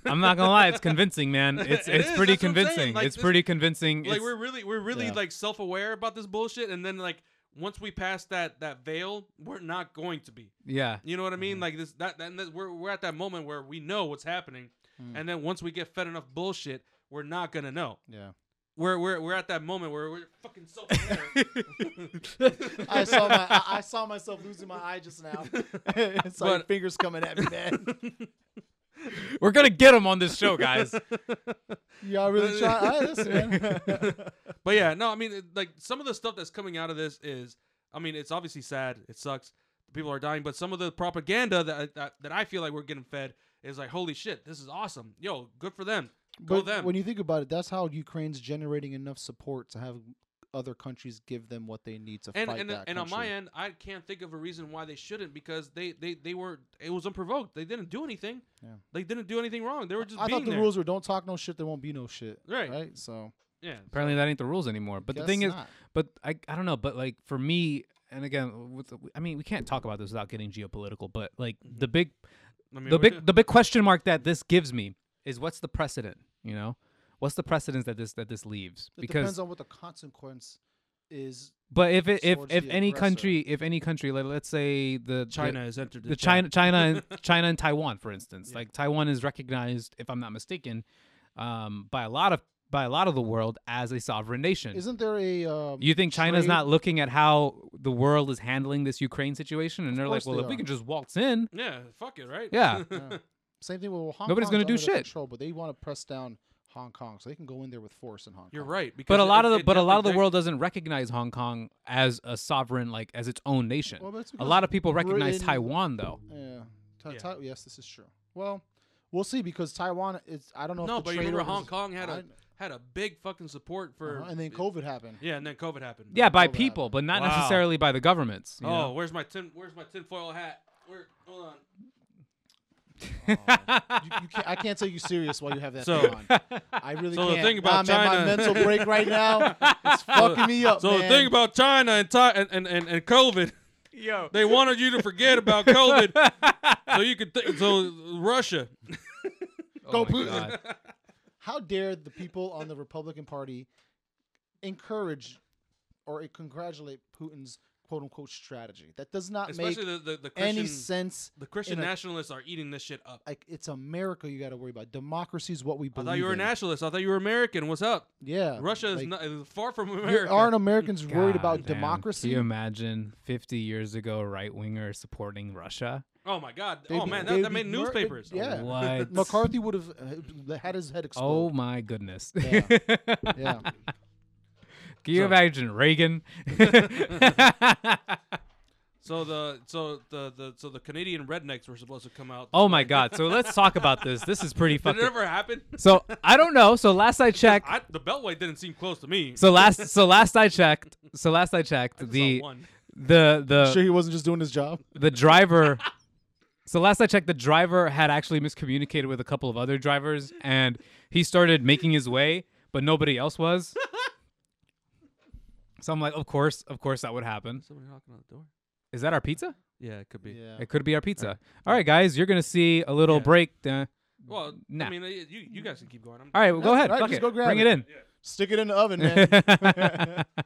I'm not gonna lie, it's convincing, man. It's
It
it's
is,
pretty
that's what I'm saying,
convincing.
like,
it's
this-
pretty convincing.
like
it's-
we're really we're really
yeah.
like self-aware about this bullshit and then like once we pass that that veil we're not going to be
yeah.
you know what i
Mm-hmm.
mean like this that, that, and that we're, we're at that moment
Mm.
where we know what's happening and then once we get fed enough bullshit we're not gonna know
Yeah,
we're we're we're at that moment where we're fucking so aware.
I saw my I, I saw myself losing my eye just now. it's like
But-
fingers coming at me, man.
We're gonna get him on this show, guys.
Y'all really try. I listen, man.
but yeah, no, I mean, it- like some of the stuff that's coming out of this is, I mean, it's obviously sad. It sucks. People are dying, but some of the propaganda that uh, that, that I feel like we're getting fed is like, holy shit, this is awesome. Yo, good for them. Go
But
them.
when you think about it, that's how Ukraine's generating enough support to have other countries give them what they need to
and
fight
and,
that
and on
country.
my end, I can't think of a reason why they shouldn't because they they they were it was unprovoked. They didn't do anything.
Yeah.
They didn't do anything wrong. They were just
I
being
thought the
there.
rules were don't talk no shit, there won't be no shit.
Right.
Right. So,
Yeah.
Apparently, that ain't the rules anymore. But the
guess
thing is,
not.
but I I don't know. But like for me, and again, with, the- I mean, we can't talk about this without getting geopolitical. But like
Mm-hmm.
the big
I mean,
the
we're
big
good.
the big question mark that this gives me is what's the precedent? You know, what's the precedence that this that this leaves?
it
because
depends on what the consequence is.
but if it, if
towards
if
the
any
aggressor.
country if any country like let's say the the-
China has entered
the China, China, and China and Taiwan, for instance. Like Taiwan is recognized, if I'm not mistaken, um, by a lot of by a lot of the world as a sovereign nation.
Isn't there a? Um,
you think China's
trade-
not looking at how the world is handling this Ukraine situation, and they're like,
course
"Well,
they
if we
are.
can just waltz in,
Yeah. Fuck it. Right.
Yeah.
Yeah. Same thing with Hong
Nobody's
Kong's
gonna do
under
shit.
Control, but they want to press down Hong Kong, so they can go in there with force in Hong
You're
Kong.
right. Because
but a
it-
lot of
it
the but a lot of the
definitely
world doesn't recognize Hong Kong as a sovereign, like as its own nation.
Well, but it's
a
because
lot of people recognize
Britain-
Taiwan, though.
Yeah. Ta-
Yeah.
Ta- yes, this is true. Well, we'll see because Taiwan is. I don't know.
No,
if the
but you
trade
remember
orders-
Hong Kong had
I-
a had a big fucking support for,
Uh-huh, and then COVID happened.
Yeah, and then COVID happened.
Yeah, by
all that.
people, but not
Wow.
necessarily by the governments. you
Oh,
know?
where's my tin? Where's my tinfoil hat? Where? Hold on.
You, you can't, I can't take you serious while you have that
So-
thing on. I really
so the
can't.
thing about
nah, man,
China-
my mental break right now. It's fucking me up,
So
Oh, man.
the thing about China and, Ti- and, and and and COVID,
Yo,
they wanted you to forget about COVID, so you could think. So Russia,
go
Oh
Putin. How dare the people on the Republican Party encourage or congratulate Putin's quote unquote strategy? That does not make
especially the, the the
any
Christian
sense.
the Christian
in a-
nationalists are eating this shit up.
Like it's America, you got to worry about. Democracy is what we
I
believe.
thought you were a
in.
nationalist. I thought you were American. What's up?
Yeah,
Russia is
Uh, like,
not, is far from
you-
America.
Aren't Americans worried about
Goddamn.
democracy?
Can you imagine 50 years ago, right wingers supporting Russia?
oh my God!
They'd
oh
be-
man,
they'd
that, that
be
made
mur-
newspapers.
Yeah.
What?
McCarthy would have uh, had his head
Oh
explode.
my goodness.
Yeah. yeah.
Can you
So-
imagine Reagan?
So the so the, the so the Canadian rednecks were supposed to come out.
oh my God. So let's talk about this. This is pretty
Did it
fucking.
ever happen?
So I don't know. So last I checked.
I, the Beltway didn't seem close to me.
So last, so last I checked, so last I checked,
I saw
the
one.
the the
Sure, he wasn't just doing his job.
the driver so last i checked the driver had actually miscommunicated with a couple of other drivers and he started making his way but nobody else was so i'm like of course of course that would happen
Somebody knocking on the door.
is that our pizza
Yeah, it could be.
Yeah.
it could be our pizza all right guys you're gonna see a little
Yeah.
break uh,
Well,
Nah.
I mean, uh, you you guys can keep going. I'm,
all right well, go
Yeah,
ahead
all right,
fuck
just
it.
go grab
bring it,
it. Stick it in the oven, man.
in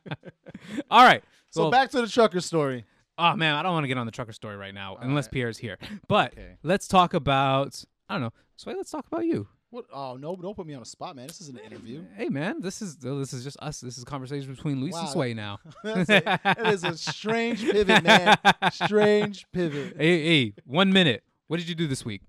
all right
so
well-
back to the trucker story.
Oh man, I don't want to get on the trucker story right now unless
right.
Pierre's here. But
Okay.
let's talk about I don't know. Sway, let's talk about you.
What? Oh no! Don't put me on a spot, man. This is an interview.
Hey man, this is this is just us. This is a conversation between Luis and
Wow.
Sway now.
That's a, that is a strange pivot, man. Strange pivot.
Hey, hey, one minute. What did you do this week?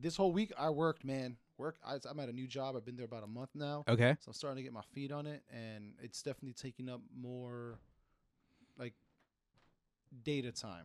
This whole week I worked, man. Work. I, I'm at a new job. I've been there about a month now,
Okay.
so I'm starting to get my feet on it, and it's definitely taking up more, like, data time.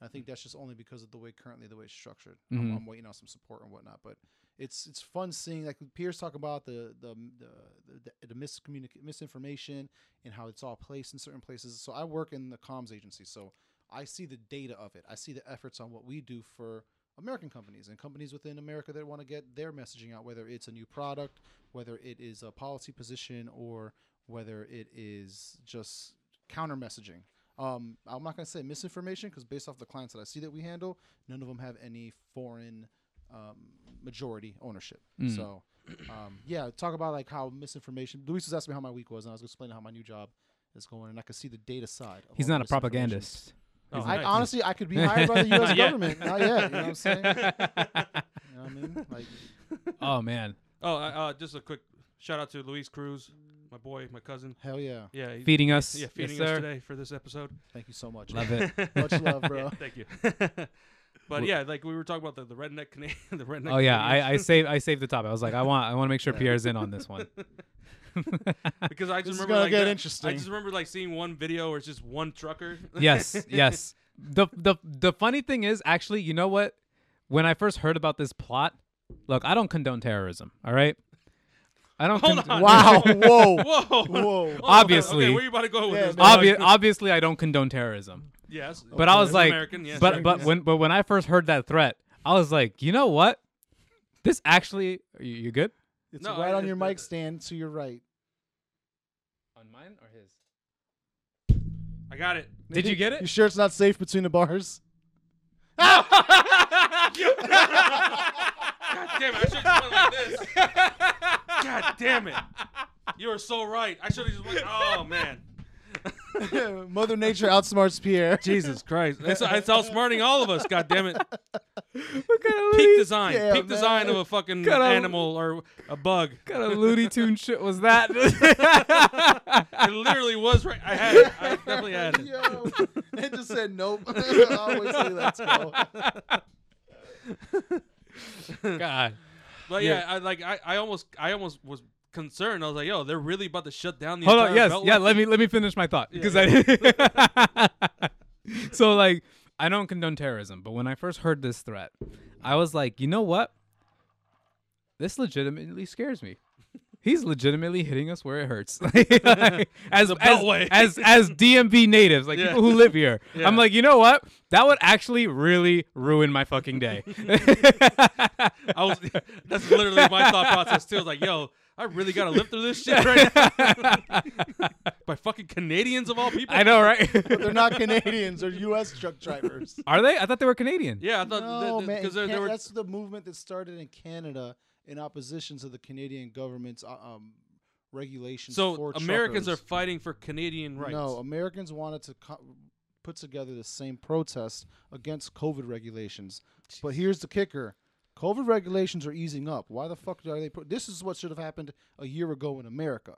I think that's just only because of the way currently the way it's structured. I'm,
Mhm.
I'm waiting on some support and whatnot, but it's it's fun seeing like Pierce talk about the the the, the, the miscommunic- misinformation and how it's all placed in certain places. So I work in the comms agency, so I see the data of it. I see the efforts on what we do for American companies and companies within America that want to get their messaging out, whether it's a new product, whether it is a policy position, or whether it is just counter messaging. Um, I'm not going to say misinformation because based off the clients that I see that we handle, none of them have any foreign um, majority ownership.
Mm.
So, um, yeah, talk about like how misinformation. Luis was asking me how my week was, and I was explaining how my new job is going, and I could see the data side. of
He's
all
not a
the misinformation.
propagandist.
Oh,
I
nice.
honestly, I could be hired by the U.S.
Not
yet.
government. Not yet. You know what I'm saying? You know what I mean? Like,
oh man.
Oh, uh, uh, just a quick shout out to Luis Cruz. my boy, my cousin.
Hell yeah!
Yeah, he-
Feeding us.
yeah, feeding
yes,
us
sir.
today for this episode.
Thank you so much.
Love it.
Much love, bro.
Yeah, thank you. but
Wh-
yeah, like we were talking about the, the redneck Canadian. The redneck.
Oh yeah, I, I
Canadians.
saved I saved the topic. I was like, I want I want to make sure Pierre's in on this one.
because I just
This is
remember
gonna
like
get
that- I
interesting.
just remember like seeing one video where it's just one trucker.
yes, yes. The the the funny thing is actually, you know what? When I first heard about this plot, look, I don't condone terrorism. All right, I don't.
Hold
cond-
on.
Wow! Whoa!
Whoa.
Whoa.
Hold on,
Obviously.
Okay, where you about to go with
Yeah,
this?
man.
dog?
Obvi- obviously, I don't condone terrorism.
yes.
But I
Okay.
was like,
American, yes,
but
right.
but
yes.
when but when I first heard that threat, I was like, you know what? This actually, are you, you good?
It's
No,
right
I-
on your
the-
mic
the-
stand to your right.
On mine or his?
I got it.
Did you get
You
it?
sure it's not safe between the bars?
God damn it! I should have went like this. God damn it! You are so right. I should have just went. Oh man.
Mother Nature outsmarts Pierre.
Jesus Christ! It's, it's outsmarting all of us. God damn it!
What kind of
Peak
Looney,
design.
Yeah,
Peak design
man.
of a fucking
Gotta-
animal or a bug.
kind of Looney Tune shit was that?
It literally was right. I had it. I definitely had it.
Yo, it just said nope. I always say let's go.
God.
But yeah,
Yeah.
I like I, I almost I almost was concerned. I was like, yo, they're really about to shut down the
Hold
entire
on. Yes.
beltway.
Yeah. Let me let me finish my thought
Yeah,
because I. so like, I don't condone terrorism, but when I first heard this threat, I was like, you know what? This legitimately scares me. He's legitimately hitting us where it hurts, Like, as,
beltway.
as as as DMV natives, like
Yeah.
people who live here.
Yeah.
I'm like, you know what? That would actually really ruin my fucking day.
I was that's literally my thought process too. I was like, yo, I really gotta live through this shit right now. By fucking Canadians of all people.
I know, right?
They're not Canadians. They're U.S. truck drivers.
Are they? I thought they were Canadian.
Yeah, I thought
No, man.
because there,
in
there
Can-
were
That's the movement that started in Canada in opposition to the Canadian government's uh, um, regulations.
so
for
Americans
truckers.
are fighting for Canadian rights.
No, Americans wanted to co- put together the same protest against COVID regulations. But here's the kicker: COVID regulations are easing up. Why the fuck are they? Pro- this is what should have happened a year ago in America.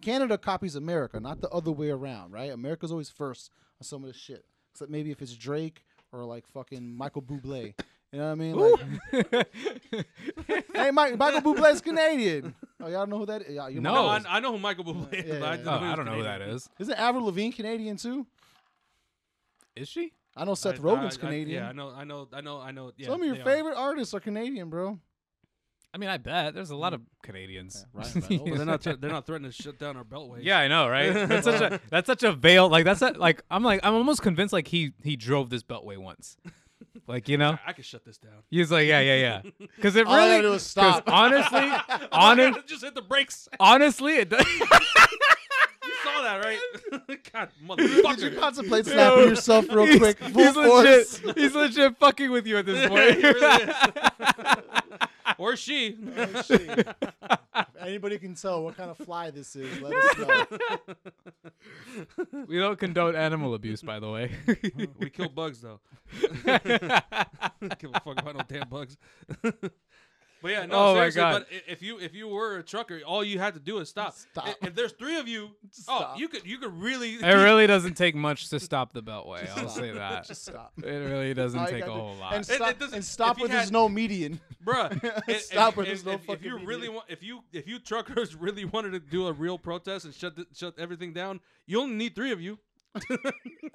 Canada copies America, not the other way around, right? America's always first on some of this shit. Except maybe if it's Drake or like fucking Michael Bublé. You know what I mean? Like, hey, Mike, Michael Bublé's Canadian. Oh, y'all know who that is? Y'all- you
No.
No,
might-
Oh, I, I know who Michael Bublé is.
Yeah,
but I,
yeah,
didn't
yeah.
he
Oh,
was
I don't know who that
Canadian.
is.
Isn't Avril Lavigne Canadian too?
Is she?
I know Seth
I-
Rogen's
I- I-
Canadian.
yeah, I know, I know, I know, I know. Yeah,
Some of your
they are.
favorite artists are Canadian, bro.
I mean, I bet there's a lot of Canadians.
Yeah, right, right.
But they're not. they're not threatening to shut down our beltway.
yeah, I know, right? That's such a that's such a veil. Like that's a, like I'm like I'm almost convinced like he he drove this beltway once. Like you know,
I could shut this down.
he's like yeah yeah yeah. Because it
All I
really
gotta do is
'cause
stop.
Honestly, honest,
just hit the brakes.
honestly, it does.
You saw that, right? God,
Did you
motherfucker.
contemplate slapping yourself real quick?
He's,
Full
he's
force.
legit. He's legit fucking with you at this
It really
point.
is. or she.
If Anybody can tell what kind of fly this is. Let us know.
we don't condone animal abuse, by the way.
we kill bugs though. Give a fuck about no damn bugs. but yeah, no.
Oh, my
seriously,
God.
But i- if you if you were a trucker, all you had to do is stop.
Stop.
I- If there's three of you, oh,
Stop.
you could you could really.
It really doesn't take much to stop the beltway. I'll
Stop.
say that.
Just stop.
It really doesn't
All you
take a
gotta do-
whole lot.
And
It- it
stop,
doesn't-
and stop
if he
with
had-
there's no median.
Bruh, if-
Stop
if,
where
if,
there's no
if, if
fucking
you really
media.
want, if you if you truckers really wanted to do a real protest and shut the, shut everything down, you only need three of you.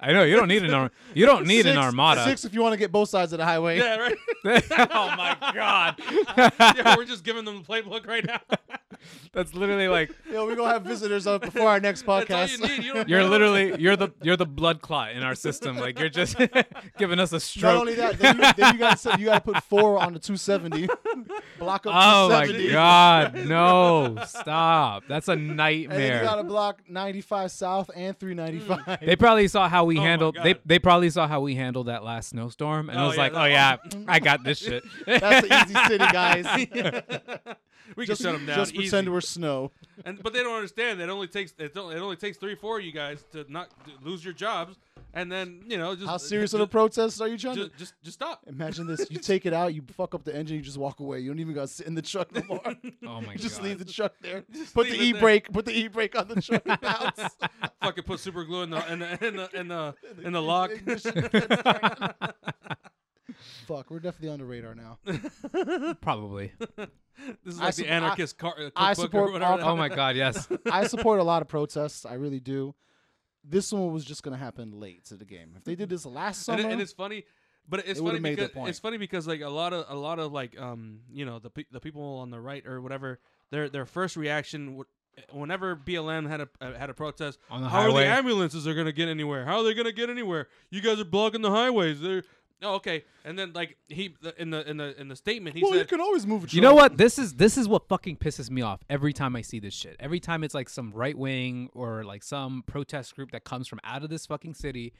I know you don't need an arm. You don't need
Six-
an armada.
Six if you want to get both sides of the highway.
Yeah, right.
oh my god,
yeah, we're just giving them the playbook right now.
that's literally like
Yo, we're gonna have visitors up before our next podcast.
That's all you need. You don't
you're literally you're the you're the blood clot in our system. Like you're just giving us a
Not
stroke.
only that, then you, then you gotta set- you gotta put four on the 270. Block up
oh my
270.
god, no, stop. That's a
And then you
nightmare.
gotta block 95 south and 395.
They probably saw how we
Oh my
handled. They
God.
they probably saw how we handled that last snowstorm, and
Oh,
I was
yeah,
like,
that-
oh yeah, I got this shit.
That's an easy city, guys.
we
just,
can shut them down.
just pretend
easy.
we're snow.
And but they don't understand that it only takes it, don't, it only takes three four of you guys to not d- lose your jobs, and then you know just
How serious of
just,
a protest are you trying
just,
to?
just just stop.
Imagine this: you take it out, you fuck up the engine, you just walk away. You don't even gotta sit in the truck no more.
Oh my
You just
god.
leave the truck there. Put
leave
the
it
e
there.
brake. Put the e brake on the truck. and bounce.
Fucking put super glue in the in the in the in the, in the lock.
Fuck, we're definitely on the radar now.
Probably.
This is
I
like
sup-
the
I-
anarchist car, uh,
I
cookbook
support
or whatever.
all-
the
Oh
hell-
my god, yes.
I support a lot of protests. I really do. This one was just gonna happen late to the game. If they did this last
and,
summer,
it- and it's funny, but it's
They
funny
would've made their
because
point.
it's funny because like a lot of a lot of like um you know the pe- the people on the right or whatever their their first reaction would. Whenever BLM had a uh, had a protest,
On the
how are
highway.
the ambulances are gonna get anywhere? How are they gonna get anywhere? You guys are blocking the highways. They're oh, okay. And then like he the, in the in the in the statement he
well, you
said,
can always move. A truck.
You know what? This is this is what fucking pisses me off every time I see this shit. Every time it's like some right wing or like some protest group that comes from out of this fucking city.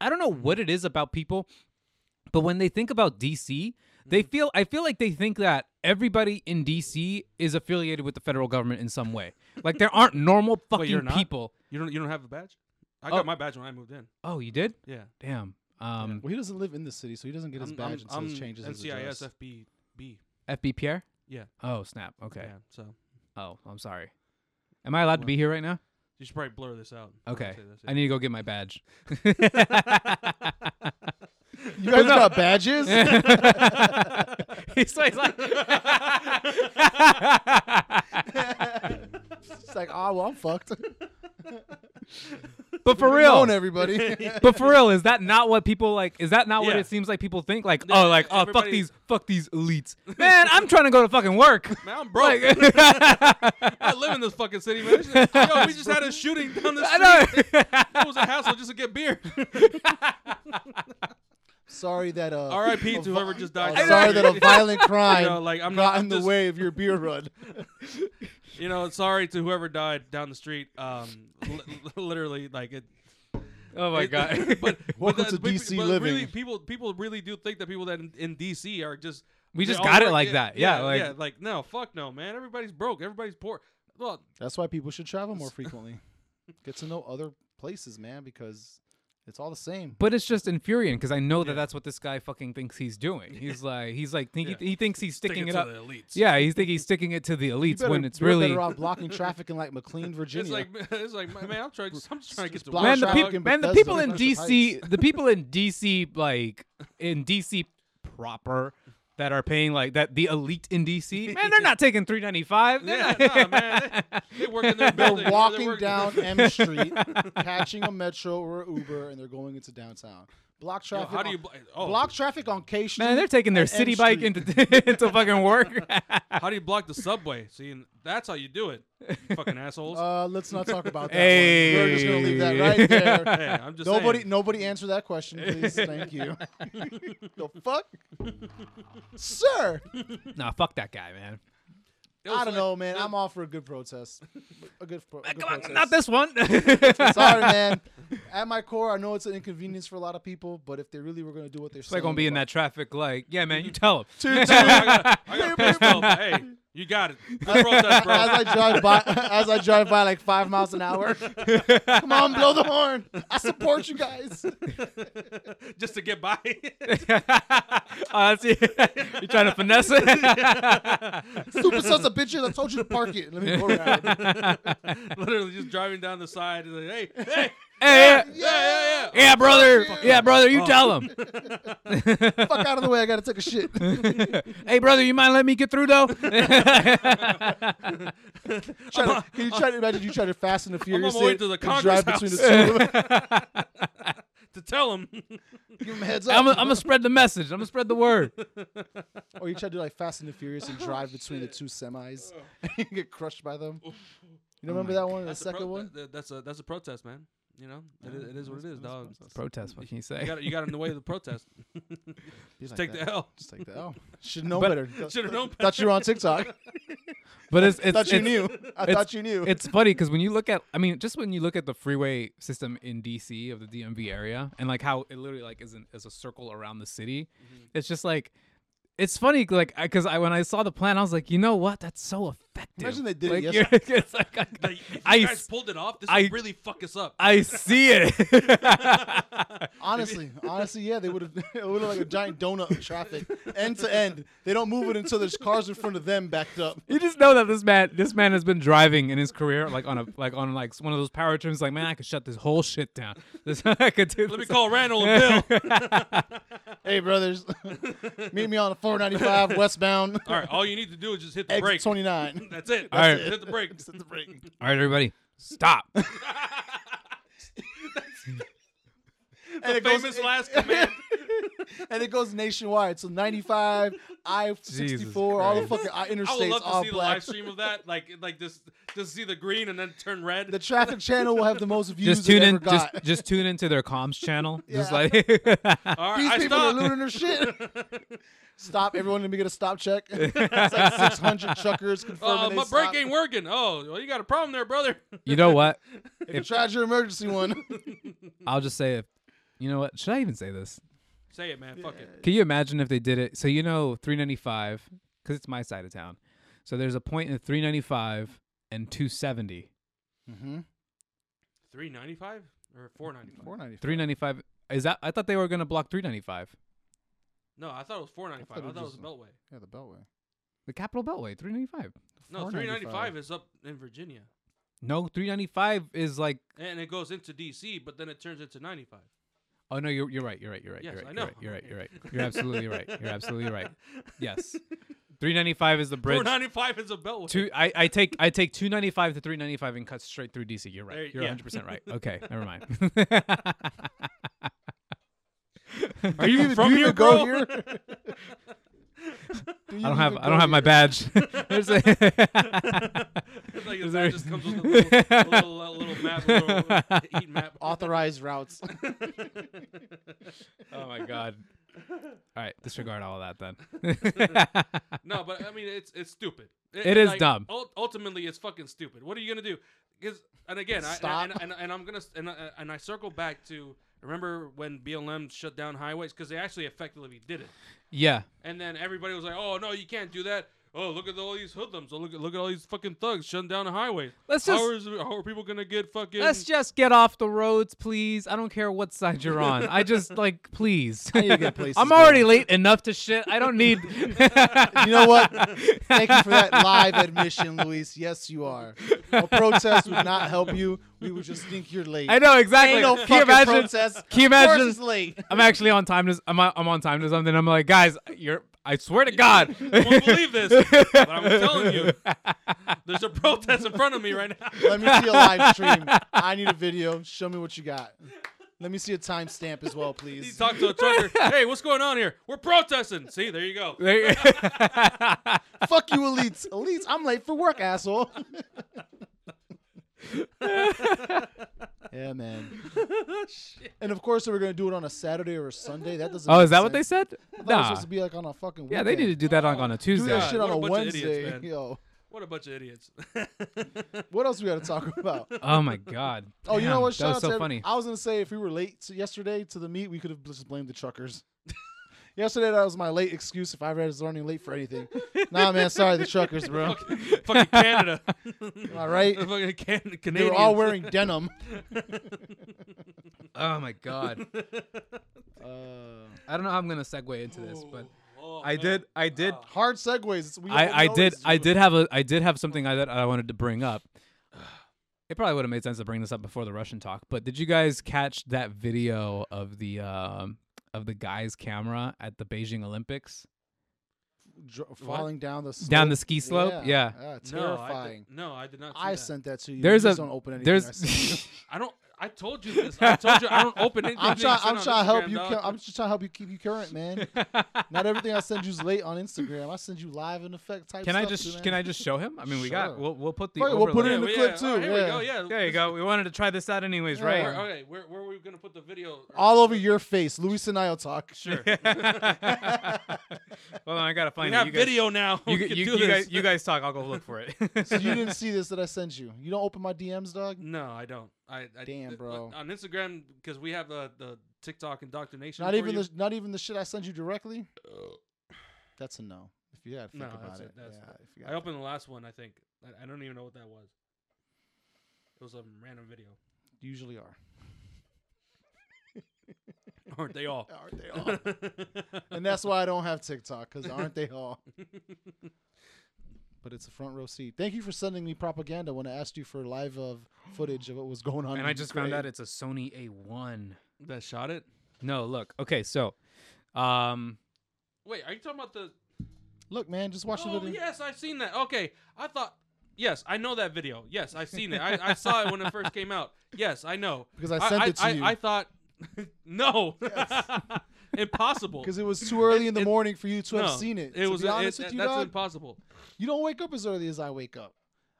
I don't know what it is about people, but when they think about DC,
Mm-hmm.
they feel I feel like they think that everybody in DC is affiliated with the federal government in some way. Like there aren't normal fucking
you're not?
people.
"You don't you don't have a badge? I
Oh.
got my badge when I moved in.
Oh, you did?
Yeah,
Damn. Um
Well, he doesn't live in the city, so he doesn't get his
I'm-
badge
I'm,
until he
I'm
changes his address.
NCIS FBB.
FBPR?
Yeah.
Oh, snap. Okay.
Yeah, so
Oh, I'm sorry. Am I allowed to be here right now?
you should probably blur this out. when I
Okay.
say this,
I
yeah.
need to go get my badge.
You guys got badges?
he's like, he's like
it's like, ah, well, I'm fucked.
but for
Alone,
real,
everybody.
but for real, is that not what people like? Is that not what
Yeah.
it seems like people think? Like,
Yeah,
oh, like, oh, fuck
everybody-
these, fuck these elites, man. I'm trying to go to fucking work.
Man, I'm broke. I live in this fucking city, man. Yo, we just had a shooting down the
I
street.
know.
It was a hassle just to get beer.
Sorry that uh.
R.I.P.
a
to
vi-
whoever just died.
uh, sorry that a violent crime
You know, like, I'm
got
not-
in
I'm
the
just-
way of your beer run.
you know, sorry to whoever died down the street. Um, li- literally, like it.
oh my
it-
god.
but
Welcome
but
to
but-
DC
but Really,
living.
people people really do think that people that in, in DC are just
We
they
just
all
got it
work.
like that. Yeah, like-
yeah, like no, fuck no, man. Everybody's broke. Everybody's poor. Well,
That's why people should travel more frequently. Get to know other places, man, because it's all the same.
But it's just infuriating because I know that
Yeah.
that's what this guy fucking thinks he's doing. He's like, he's like, think,
Yeah.
he, he thinks he's sticking
stick
it
to
up.
the elites.
Yeah, he's think he's sticking it to the
You
elites
better-
when it's
you're
really
better off blocking traffic in like McLean, Virginia.
It's like it's like man, I'm trying. I'm just trying to get to
block
work.
man. The
shop
people,
in
man, the
Bethesda,
people in
Commercial
DC, the people in DC, like in DC proper, that are paying like that the elite in DC, man, they're not taking three ninety five.
Yeah, nah, man. They, they work in their building.
they're
they
walking
work-
down M Street, catching a metro or a Uber, and they're going into downtown. Block
Yo,
traffic.
how do you
on,
bl- oh,
block traffic on K Street?
Man, they're taking their
and M
city bike
Street.
into into fucking work.
How do you block the subway? See, and that's how you do it. You fucking assholes.
Uh, let's not talk about that.
Hey.
One. We're just gonna leave that right there.
hey, I'm just
nobody,
Saying.
nobody answer that question, please. Thank you. the fuck, sir?
nah, fuck that guy, man.
It was
I don't
like-
know, man.
it-
I'm all for a good protest. A good, pro- a good
Come
protest.
on, not this one.
Sorry, man. At my core, I know it's an inconvenience for a lot of people, but if they really were gonna do what they're
They're
saying,
gonna be in
about-
that traffic, like, yeah, man, you tell him.
Toot, toot.
I got, I got a pitch bump. Hey, you got it. Good protest, bro.
as I drive by, as I drive by like five miles an hour. Come on, blow the horn. I support you guys.
just to get by.
oh, that's You're trying to finesse it.
Super sons of bitches. I told you to park it. Let me go around.
Literally just driving down the side. And like, hey, hey,
hey,
yeah, yeah, yeah.
Yeah, brother. Yeah, brother, you
Oh.
tell him.
Fuck out of the way. I gotta take a shit.
hey, brother, you mind let me get through though?
Try to, can you try to imagine you try to fast and the furious?
on my way
it
to the
and
Congress
drive between the
house.
two of them.
To tell him.
Give them a heads up.
I'm gonna spread the message. I'm gonna spread the word.
or you try to do like Fast and the Furious and drive between the two semis. you get crushed by them. You
Oh
don't remember that one? The
That's a
second
pro-
one?
that- that's a that's a protest, man. You know, it, is- it is what it is, dog.
Protest. What can you
You
say?
got you got in the way of the protest.
Just
Take the L.
Just take the L. Should know
But-
better.
Should have known. better.
Thought you were on TikTok.
But it's it's
thought you
it's-
knew. I
it's-
thought you knew.
It's funny because when you look at, I mean, just when you look at the freeway system in DC of the DMV area and like how it literally like is, an, is a circle around the city,
Mm-hmm.
it's just like, it's funny like because I when I saw the plan, I was like, you know what? That's so effective.
Imagine they did it
Like,
yes-
you're- it's like, I,
Like, if you
I
guys
s-
pulled it off, this
I-
would really fuck us up.
I see it.
Honestly, honestly, yeah, they would have. It would have like a giant donut of traffic, end to end. They don't move it until there's cars in front of them backed up.
you just know that this man, this man has been driving in his career, like on a, like on like one of those power trims. Like, man, I could shut this whole shit down. This, I could do.
Let me
this.
call Randall and Bill.
Hey, brothers, meet me on 495 westbound,
All right, all you need to do is just hit the
exit
brake.
29.
That's it.
All right.
Just hit the brake.
Hit the brake.
All right, everybody, stop.
And it
Famous
goes,
last command.
and it goes nationwide. So 95, I 64, all the
Christ.
fucking I-
I would
interstates,
love to
all
see the
black.
live stream of that. Like, like just, just see the green and then turn red.
The traffic channel will have the most views
just tune
it
in.
ever got.
Just, just tune into their comms channel. Just
Yeah.
like
all right,
These
I
people
stopped.
are looting their shit. stop! Everyone, let me get a stop check. it's like 600 truckers confirming
Uh,
they
my brake
stopped.
ain't working. Oh, well, you got a problem there, brother.
you know what?
If you tried your emergency one,
I'll just say if you know what should I even say this?
Say it, man. Fuck it.
Can you imagine if they did it? So you know 395 because it's my side of town. So there's a point in 395 and 270.
Three ninety five or four ninety five?
495.
395 is that? I thought they were gonna block 395,
No, I thought it was four ninety
I
five.
thought
I
it
thought it was
was
the Beltway.
Yeah, the Beltway.
the Capital Beltway 395.
No, three ninety five is up in Virginia,
No, 395 is like.
and it goes into D.C., but then it turns into ninety five.
Oh no, you're you're right. You're right. You're right.
Yes,
you're right.
I
you're
know.
right, You're right. You're right. You're absolutely right. You're absolutely right. Yes. 395 is the
Four
bridge.
ninety five is a Beltway.
Two, I, I take I take two ninety five to three ninety five and cut straight through DC. You're right.
There-
You're
yeah.
one hundred percent right. Okay, never mind.
Are you
even-
from
do you
here,
even go
bro?
here?
I don't have I don't have my badge. There's a-
It's like his
there-
dad just comes with a little, a little, a little map, a little heat map.
authorized routes.
oh my god. All right, disregard all of that then.
No, but I mean, it's it's stupid.
It is dumb.
ul- ultimately, it's fucking stupid. What are you gonna do? 'Cause- and again, I,
Stop.
and, and, and I'm gonna s- and I, and I circle back to remember when BLM shut down highways because they actually effectively did it,
yeah,
and then everybody was like, "Oh no, you can't do that." Oh, look at all these hoodlums! Oh, look at look at all these fucking thugs shutting down the highway.
Let's
how,
just-
is- how are people gonna get fucking?
let's just get off the roads, please. I don't care what side you're on. I just like please.
need to get places,
I'm
bro.
already late enough to shit. I don't need.
You know what? Thank you for that live admission, Luis. Yes, you are. A protest would not help you. We would just think you're late.
I know exactly.
Ain't no
Can you
fucking
imagine?
protest.
Can you
Of
imagine?
course it's late.
I'm actually on time to I'm I'm on time to something. I'm like, guys, you're. I swear to God.
You won't believe this, but I'm telling you, there's a protest in front of me right now.
Let me see a live stream. I need a video. Show me what you got. Let me see a timestamp as well,
He
please.
talked to a trucker. Hey, what's going on here? We're protesting. See, there you go.
Fuck you, elites. Elites, I'm late for work, asshole. yeah, man. And of course, they were gonna do it on a Saturday or a Sunday. That doesn't.
oh,
make
is that what they
sense.
said?
I thought it was
Nah.
supposed to be like on a fucking.
Yeah, they need to
weekend.
do that on, on a
do
Tuesday.
that shit
What
on
a
a,
bunch of idiots,
Wednesday.
man.
Yo,
What a bunch of idiots.
what else we gotta talk about?
Oh my God.
Oh, you know
Damn,
what? Shout
That was
out
so
to every-
funny.
I was gonna say if we were late to yesterday to the meet, we could have just blamed the truckers. yesterday that was my late excuse if I ever was running late for anything. nah, man, sorry the truckers, bro.
fucking, fucking Canada.
Am I right?
The fucking can-
They
Canadians.
were all wearing denim.
Oh my God.
Uh,
I don't know how I'm gonna segue into this, but
Oh,
I
man.
did. I did.
Hard segues. We all
I, I
know
did.
this.
I did have a. I did have something I, that I wanted to bring up. It probably would have made sense to bring this up before the Russian talk. But did you guys catch that video of the um, of the guy's camera at the Beijing Olympics?
Dr- falling down the slope. Uh,
Down the ski slope? Yeah.
No,
terrifying.
I did, no, I did not. See
I,
that.
sent that to you.
There's
Please
a-
don't open anything. I sent you.
There's
I don't. I told you this. I told you I don't open anything.
I'm
that you
trying.
send
I'm
on
trying to help
Instagram,
you.
dog.
cu- I'm just trying to help you keep you current, man. Not everything I send you is late on Instagram. I send you live and effect type.
Can I
stuff
just
too,
can
man.
I just show him? I mean, we
Sure.
got we'll we'll put the
Right, we'll put it
overlay.
in the
yeah,
clip
yeah.
too,
Oh, here
yeah.
we go. Yeah.
There you go. We wanted to try this out anyways,
Where-
Yeah.
right?
okay. Where, where are we gonna put the video?
all over your face? Luis and I'll talk.
Sure.
Hold on, I gotta
We
find
have
it. You guys,
video now.
You,
we
g-
can
you,
do
you
this.
guys, you guys talk. I'll go look for it.
So you didn't see this that I sent you. You don't open my DMs, dog.
No, I don't. I, I
Damn,
th-
bro.
On Instagram, because we have the the TikTok indoctrination.
Not
for
even
you. Uh,
the not even the shit I send you directly. That's a no. If you had to think
No,
about
that's
it.
it, that's
yeah, if you
I
gotta-
opened the last one. I think I, I don't even know what that was. It was a random video.
usually are.
Aren't they all?
Aren't they all? and that's why I don't have TikTok because aren't they all? But it's a front row seat. Thank you for sending me propaganda when I asked you for live of footage of what was going on.
And
in
I just found
Ukraine.
out it's a Sony A1.
that shot it.
No, look. Okay, so um
Wait, are you talking about the?
Look, man, just watch the
Oh
video.
yes, I've seen that. Okay, I thought. Yes, I know that video. Yes, I've seen it. I, I saw it when it first came out. Yes, I know.
Because I sent
I,
it to
I,
you.
I thought, no, impossible.
Because it was too early in the
it-
morning for you to
no,
have seen it. to
was
be honest
it,
with you,
that's
dog,
impossible.
you don't wake up as early as I wake up.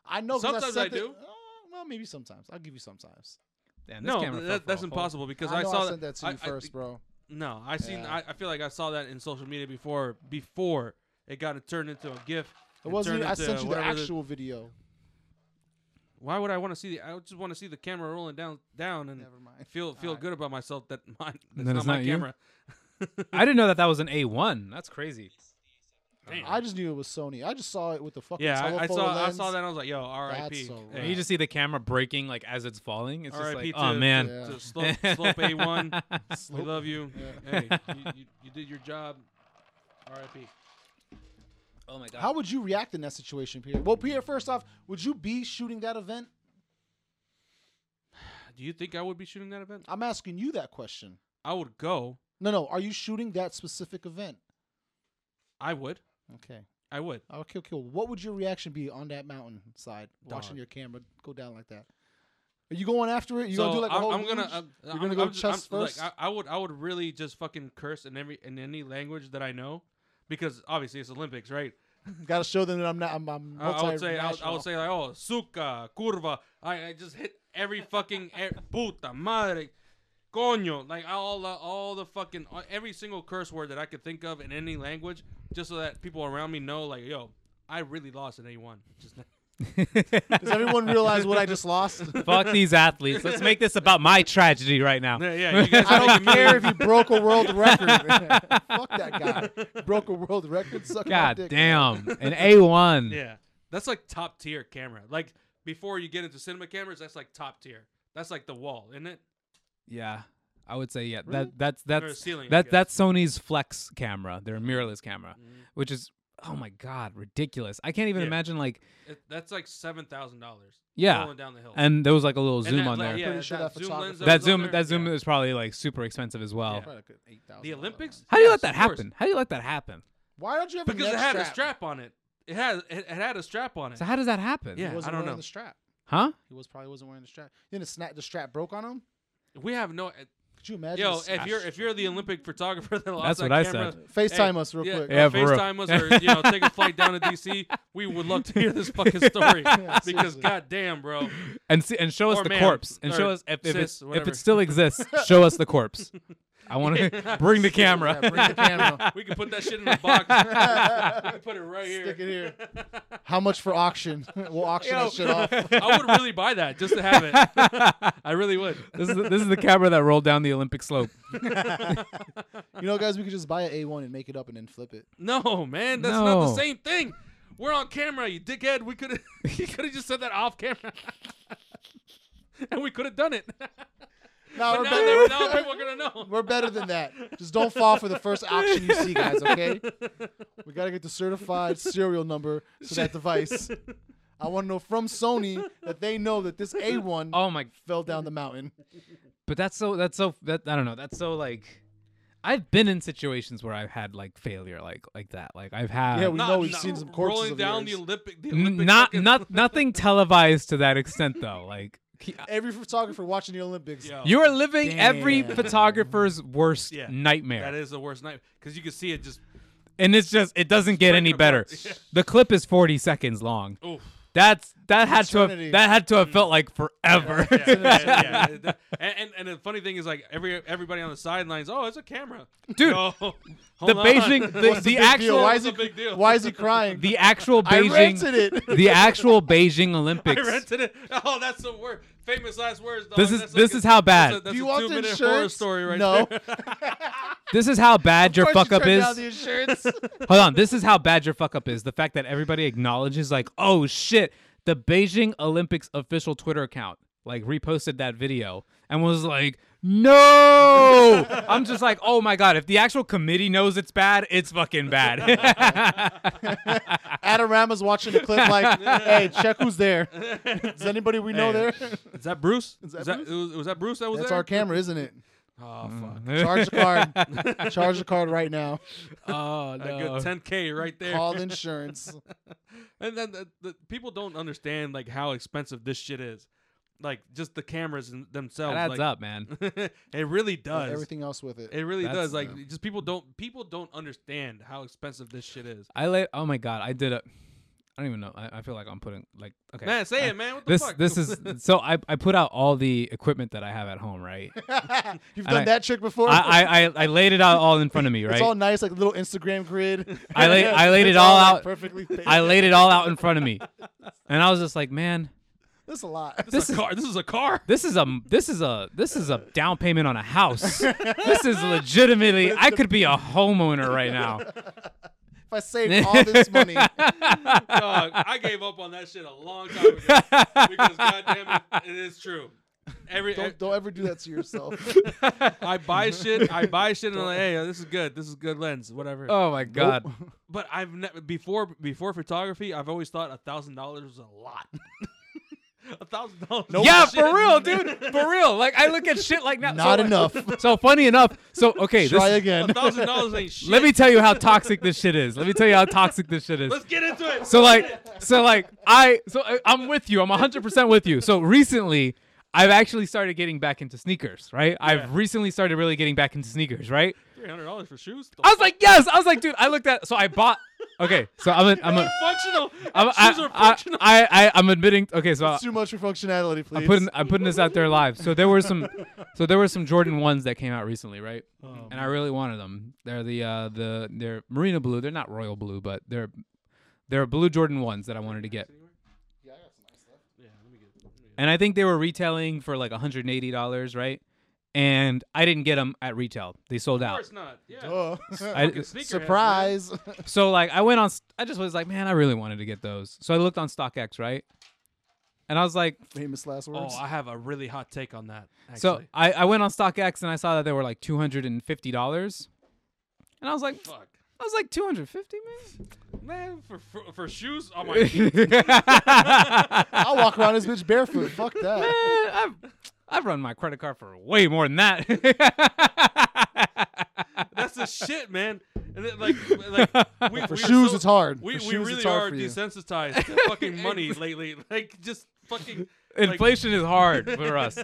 I know. 'cause
Sometimes
I, sent
I
it-
do.
Oh, well, maybe sometimes. I'll give you sometimes.
damn, this
No,
camera
that-
fell for a
that's
hole.
impossible because
I,
I,
know
saw
I sent that to you
I- I-
first, bro.
No, I seen.
Yeah.
I, I feel like I saw that in social media before. Before it got turned into a GIF.
It
and
wasn't.
turned
Even, I
into
sent you the
whatever
actual video.
Why would I want to see? The, I just want to see the camera rolling down, down, and
Never mind.
feel feel
Alright.
good about myself that mine. That's
Then
not
it's
my
not you?
camera.
I didn't know that that was an A1. That's crazy.
Damn.
I just knew it was Sony. I just saw it with the fucking
yeah, I, I
telephoto
saw.
lens.
I saw that. and I was like, "Yo, R.I.P."
That's so
Yeah.
rad.
You just see the camera breaking like as it's falling. It's just
R.I.P.
like,
to,
oh man.
to
Yeah.
slope, slope A1. We
Slope.
love you.
Yeah.
Hey, you, you, you did your job. R.I.P.
Oh my god.
How would you react in that situation, Peter? Well, Peter, first off, would you be shooting that event?
Do you think I would be shooting that event?
I'm asking you that question.
I would go.
No, no. Are you shooting that specific event?
I would.
Okay.
I would.
Okay, okay. What would your reaction be on that mountain side, watching
Dog.
your camera go down like that? Are you going after it? You
so
gonna do like a
I'm,
whole?
I'm gonna. uh,
luge?
I'm,
You're
I'm-
gonna go
I'm just- I'm-
chest
look,
first?
I, I would. I would really just fucking curse in every in any language that I know, because obviously it's Olympics, right?
Gotta show them that I'm not. I'm. I'm
I, I would say. I would, I
multinational.
would say like, oh, suka, curva. I, I just hit every fucking e- puta madre, coño, like all the all the fucking every single curse word that I could think of in any language, just so that people around me know, like, yo, I really lost in A one. Just
Does everyone realize what I just lost?
Fuck these athletes. Let's make this about my tragedy right now.
yeah, yeah, you guys
I
are
don't
making me-
care if you broke a world record. Fuck that guy. Broke a world record. Suck my
God
dick.
damn. An A1.
Yeah, that's like top tier camera. Like before you get into cinema cameras, that's like top tier. That's like the wall, isn't it?
Yeah, I would say yeah.
Really?
That that's that's
ceiling, I
that
guess. Mm-hmm.
that's Sony's flex camera, their mirrorless camera, which is oh my god, ridiculous. I can't even
Yeah.
imagine like
it that's like seven thousand dollars.
Yeah.
rolling down the hill.
and there was like a little
And
zoom
that-
on
like,
there.
Yeah,
Pretty sure that
zoom
photographer-
lens
That
was
zoom
on there,
that zoom
yeah.
is probably like super expensive as well.
Yeah.
Probably like an $8,000
The
one.
Olympics?
How do you
Yes,
let that
of course.
happen? How do you let that happen?
Why don't you have
Because
a
it
neck
had
strap?
a strap on it. It had it, it had a strap on it.
So how does that happen?
Yeah.
He
I
wasn't
don't
wearing
know.
the strap.
Huh?
He was probably wasn't wearing the strap. Then it snapped. The strap broke on him.
we have no.
Could you imagine?
Yo,
the
if
snap-
you're if you're the Olympic photographer that lost
That's
that
what I
camera,
said.
FaceTime
Hey,
us real
yeah,
quick.
Yeah,
yeah,
for real.
FaceTime us or you know take a flight down to DC. We would love to hear this fucking story because
seriously.
goddamn, bro.
And see, and show us
Or
the
ma'am,
corpse, and
or
show us if, if,
sis,
it, if
whatever.
it still exists. show us the corpse. I want to bring the camera.
Yeah, bring the camera.
We can put that shit in a box. we can put it right here.
Stick it here. How much for auction? we'll auction
Yo.
that shit off.
I would really buy that just to have it. I really would.
this is the, this is the camera that rolled down the Olympic slope.
You know, guys, we could just buy an A1 and make it up and then flip it.
No, man, that's not the
No.
same thing. We're on camera, you dickhead. We could have you could have just said that off camera. and we could have done it. but now,
Now we're,
that,
better,
now people are going to know.
we're better than that. Just don't fall for the first auction you see, guys. Okay. We gotta get the certified serial number to that device. I want to know from Sony that they know that this A1
Oh my
fell down the mountain.
But that's so that's so that I don't know. That's so like I've been in situations where I've had like failure like like that. Like I've had
Yeah, we
Not-
know we've
not-
seen some corpses
rolling
of
down
yours.
the Olympic. The
n-
Olympic
not
fucking-
not nothing televised to that extent though. Like he-
Every photographer watching the Olympics.
Yo,
you are living every
Damn.
photographer's worst
Yeah, that
nightmare.
is the worst night because you can see it just.
and it's just it doesn't get
breaking
any better.
apart. Yeah.
The clip is 40 seconds long.
Oof.
That's that had to
Eternity.
have that had to have felt like forever.
Yeah, yeah, yeah.
and, and and the funny thing is like every everybody on the sidelines, oh, it's a camera,
Dude,
Yo, hold
the
on.
Beijing, the, the
big deal?
actual,
Why
What's
is he?
the big deal?
Why is he crying?
the actual
I
Beijing,
rented it.
the actual Beijing
I
Olympics.
rented it. Oh, that's the word. Famous last words. Dog.
This is-
that's
this
like a-
is how bad.
That's a, that's
Do you
a
want
two
the
minute horror
insurance?
story right
No.
there.
This is how bad your
Of course
fuck
you
up
turned
is.
down the insurance.
Hold on, this is how bad your fuck up is. The fact that everybody acknowledges, like, oh shit, the Beijing Olympics official Twitter account like reposted that video and was like, no. I'm just like, oh my god, if the actual committee knows it's bad, it's fucking bad.
Adorama's watching the clip like, hey, check who's there. Is anybody we know
Hey.
there?
Is that Bruce?
Is that
Is that, was, was that Bruce that was
That's
there?
our camera, isn't it?
Oh
Mm.
fuck.
Charge the card. Charge the card right now.
oh
A good 10k right there.
Call the insurance.
And then the, the people don't understand like how expensive this shit is. Like just the cameras and themselves.
That adds
like,
up, man.
it really does.
Everything else with it.
It really
That's-
does. Like just people don't people don't understand how expensive this shit is.
I lay. Oh my god, I did a. I don't even know. I, I feel like I'm putting like okay.
Man, say
I-
it, man. What the
This
fuck?
this is so I I put out all the equipment that I have at home, right?
You've
I-
done that trick before.
I, I- I I laid it out all in front of me, right?
It's all nice, like a little Instagram grid.
I laid- I laid
It's
it all
like,
out.
perfectly.
I laid it all out in front of me, and I was just like, man,
That's a lot.
this, is a car. This is a car.
this is a this is a this is a down payment on a house. this is legitimately, I could be a homeowner right now.
If I save all this money,
Dog, I gave up on that shit a long time ago because goddamn it, it is true. Every
don't don't ever do that to yourself.
I buy shit, I buy shit, and I'm like, hey, this is good. This is good lens, whatever.
Oh my god,
but I've never before before photography, I've always thought a thousand dollars was a lot. A thousand dollars. is
yeah,
shit.
for real, dude, for real. Like I look at shit like that.
Not
so,
enough.
So funny enough. So okay,
Try
this,
again.
A thousand dollars ain't shit.
let me tell you how toxic this shit is. Let me tell you how toxic this shit is.
Let's get into it.
So like, so like, I, so I, I'm with you. I'm 100 percent with you. So recently, I've actually started getting back into sneakers. Right? I've recently started really getting back into sneakers. Right?
three hundred dollars for shoes.
I was like, yes. I was like, dude. I looked at. So I bought. Okay. So I'm. A, I'm. A,
functional.
I'm.
shoes
I,
are
I,
functional.
I, I. I'm admitting. Okay. So I,
Too much for functionality, please.
I'm putting. I'm putting this out there live. So there were some. So there were some Jordan ones that came out recently, right?
Oh,
and I really wanted them. They're the uh the they're marina blue. They're not royal blue, but they're they're blue Jordan ones that I wanted to get.
Yeah, let me get. Let me get.
and I think they were retailing for like $180, right? And I didn't get them at retail. They sold
Of
out.
course not. Yeah.
Oh.
I,
Sneakerheads, man.
Surprise.
so like I went on s- I just was like, "Man, I really wanted to get those." So I looked on StockX, right? And I was like,
Famous last words.
Oh, I have a really hot take on that. Actually.
so I, I went on StockX and I saw that they were like $250. And I was like,
fuck,
I was like 250, man.
man, for for, for shoes. Oh my.
I'll walk around this bitch barefoot. Fuck that.
I've, I've run my credit card for way more than that.
That's the shit, man. And it, like, like we, we
For
are
shoes,
so-
it's hard.
We,
For
we
shoes,
really
it's hard
are
for you.
desensitized to fucking money lately. Like, just fucking. like-
Inflation is hard for us.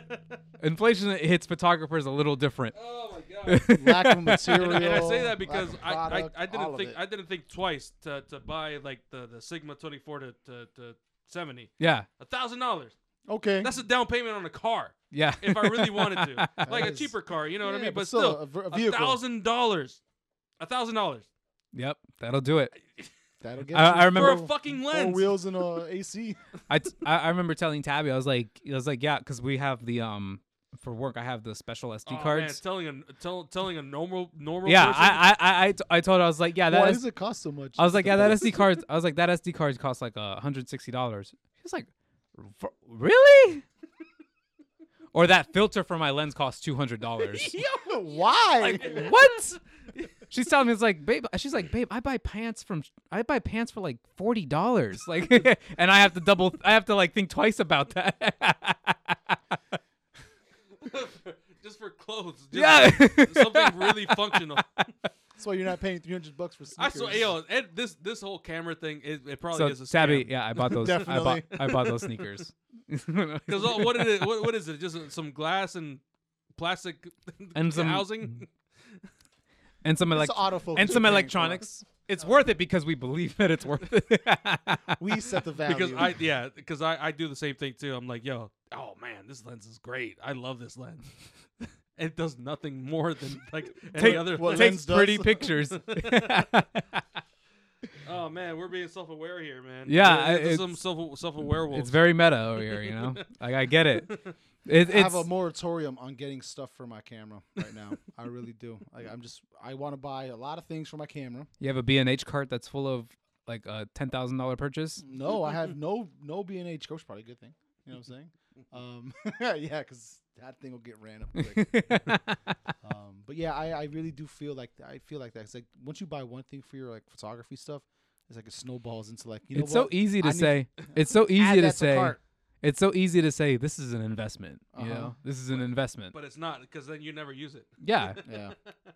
Inflation hits photographers a little different.
oh my god.
Lack of material.
And I say
lack
that
of
because I,
product,
I, I
all
didn't
of
think
it.
I didn't think twice to, to buy like the, the Sigma twenty four to, to, to seventy.
Yeah,
A thousand dollars.
okay.
That's a down payment on a car.
yeah.
If I really wanted to. like a
is-
cheaper car, you know what I
Yeah,
mean? But,
a,
still
ver- a
a
vehicle.
thousand dollars. A thousand dollars.
yep, that'll do it.
That'll get
I-
you
I remember-
For a
four-
fucking
four
lens.
wheels and a AC.
I, t- I I remember telling Tabby, I was like, I was like, yeah, because we have the um for work, I have the special SD
Oh, man,
cards.
telling a tell, telling a normal normal
yeah,
person-
I I I I t- I told her I was like, yeah, that
Why
is-
does it cost so much?
I was like, yeah, that SD card. I was like, that SD card costs like uh, hundred sixty dollars. She's like, "For- really? or that filter for my lens costs two hundred dollars.
Why?
what? She's telling me it's like, babe. She's like, babe. I buy pants from. I buy pants for like forty dollars. Like, and I have to double. I have to like think twice about that.
just for clothes.
yeah.
Just something really functional.
That's why you're not paying 300 bucks for
I
sneakers.
saw yo, Ed, this this whole camera thing it, it probably
so
is a scam.
Tabby, yeah, I bought those. I bought.
Definitely.
I bought those sneakers.
Because uh, what is it? What, what is it? Just uh, some glass and plastic
And some-
housing.
and some
It's
like
autofocus
and some
you're paying for.
electronics. it's worth it because we believe that it's worth it.
we set the value.
because I yeah because I I do the same thing too. I'm like yo oh man this lens is great. I love this lens. it does nothing more than like any
Take-
other.
well,
lens.
take-
takes
lens does.
pretty pictures.
oh man, we're being self aware here, man.
Yeah, I-
this is
it's-
some self self aware
it's very meta over here, you know. Like I get it. it
I
it's,
have a moratorium on getting stuff for my camera right now. I really do. Like I'm just I want to buy a lot of things for my camera.
you have a B&H cart that's full of like a ten thousand dollar purchase.
No, I have no no B and H coach. Probably a good thing. You know what I'm saying? Um, yeah, because that thing will get ran up quick. um, but yeah, I, I really do feel like I feel like that. It's like once you buy one thing for your like photography stuff, it's like it snowballs into like you know
it's
what?
so easy to
I need-
say. It's so
Add
easy
that
to say.
cart.
It's so easy to say this is an investment. You
Uh-huh.
know, this is an investment.
but it's not because then you never use it.
yeah,
Yeah,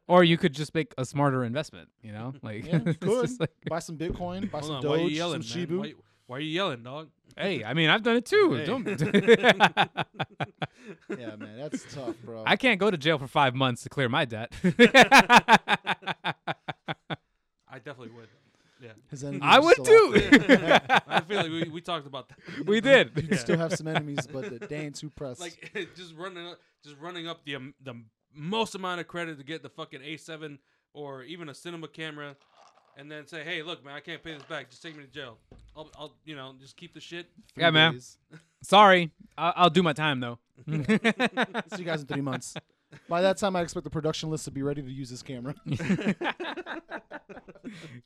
or you could just make a smarter investment. You know, like
Yeah, you
it's just
could.
like,
buy some Bitcoin, buy some
Hold on, why are you
Doge,
yelling,
some
man?
Shibu.
Why, you- why are you yelling, dog?
hey, I mean, I've done it too.
Hey.
Don't-
Yeah, man, that's tough, bro.
I can't go to jail for five months to clear my debt.
I definitely would. Yeah,
His enemies
I
are
would
still out there.
too.
I feel like we, we talked about that.
we did.
You still have some enemies, but they ain't too pressed.
like just running up, just running up the um, the most amount of credit to get the fucking A7 or even a cinema camera, and then say, hey, look, man, I can't pay this back. Just take me to jail. I'll, I'll you know, just keep the shit.
three
Yeah, man.
days.
Sorry, I- I'll do my time though.
See you guys in three months. By that time, I expect the production list to be ready to use this camera.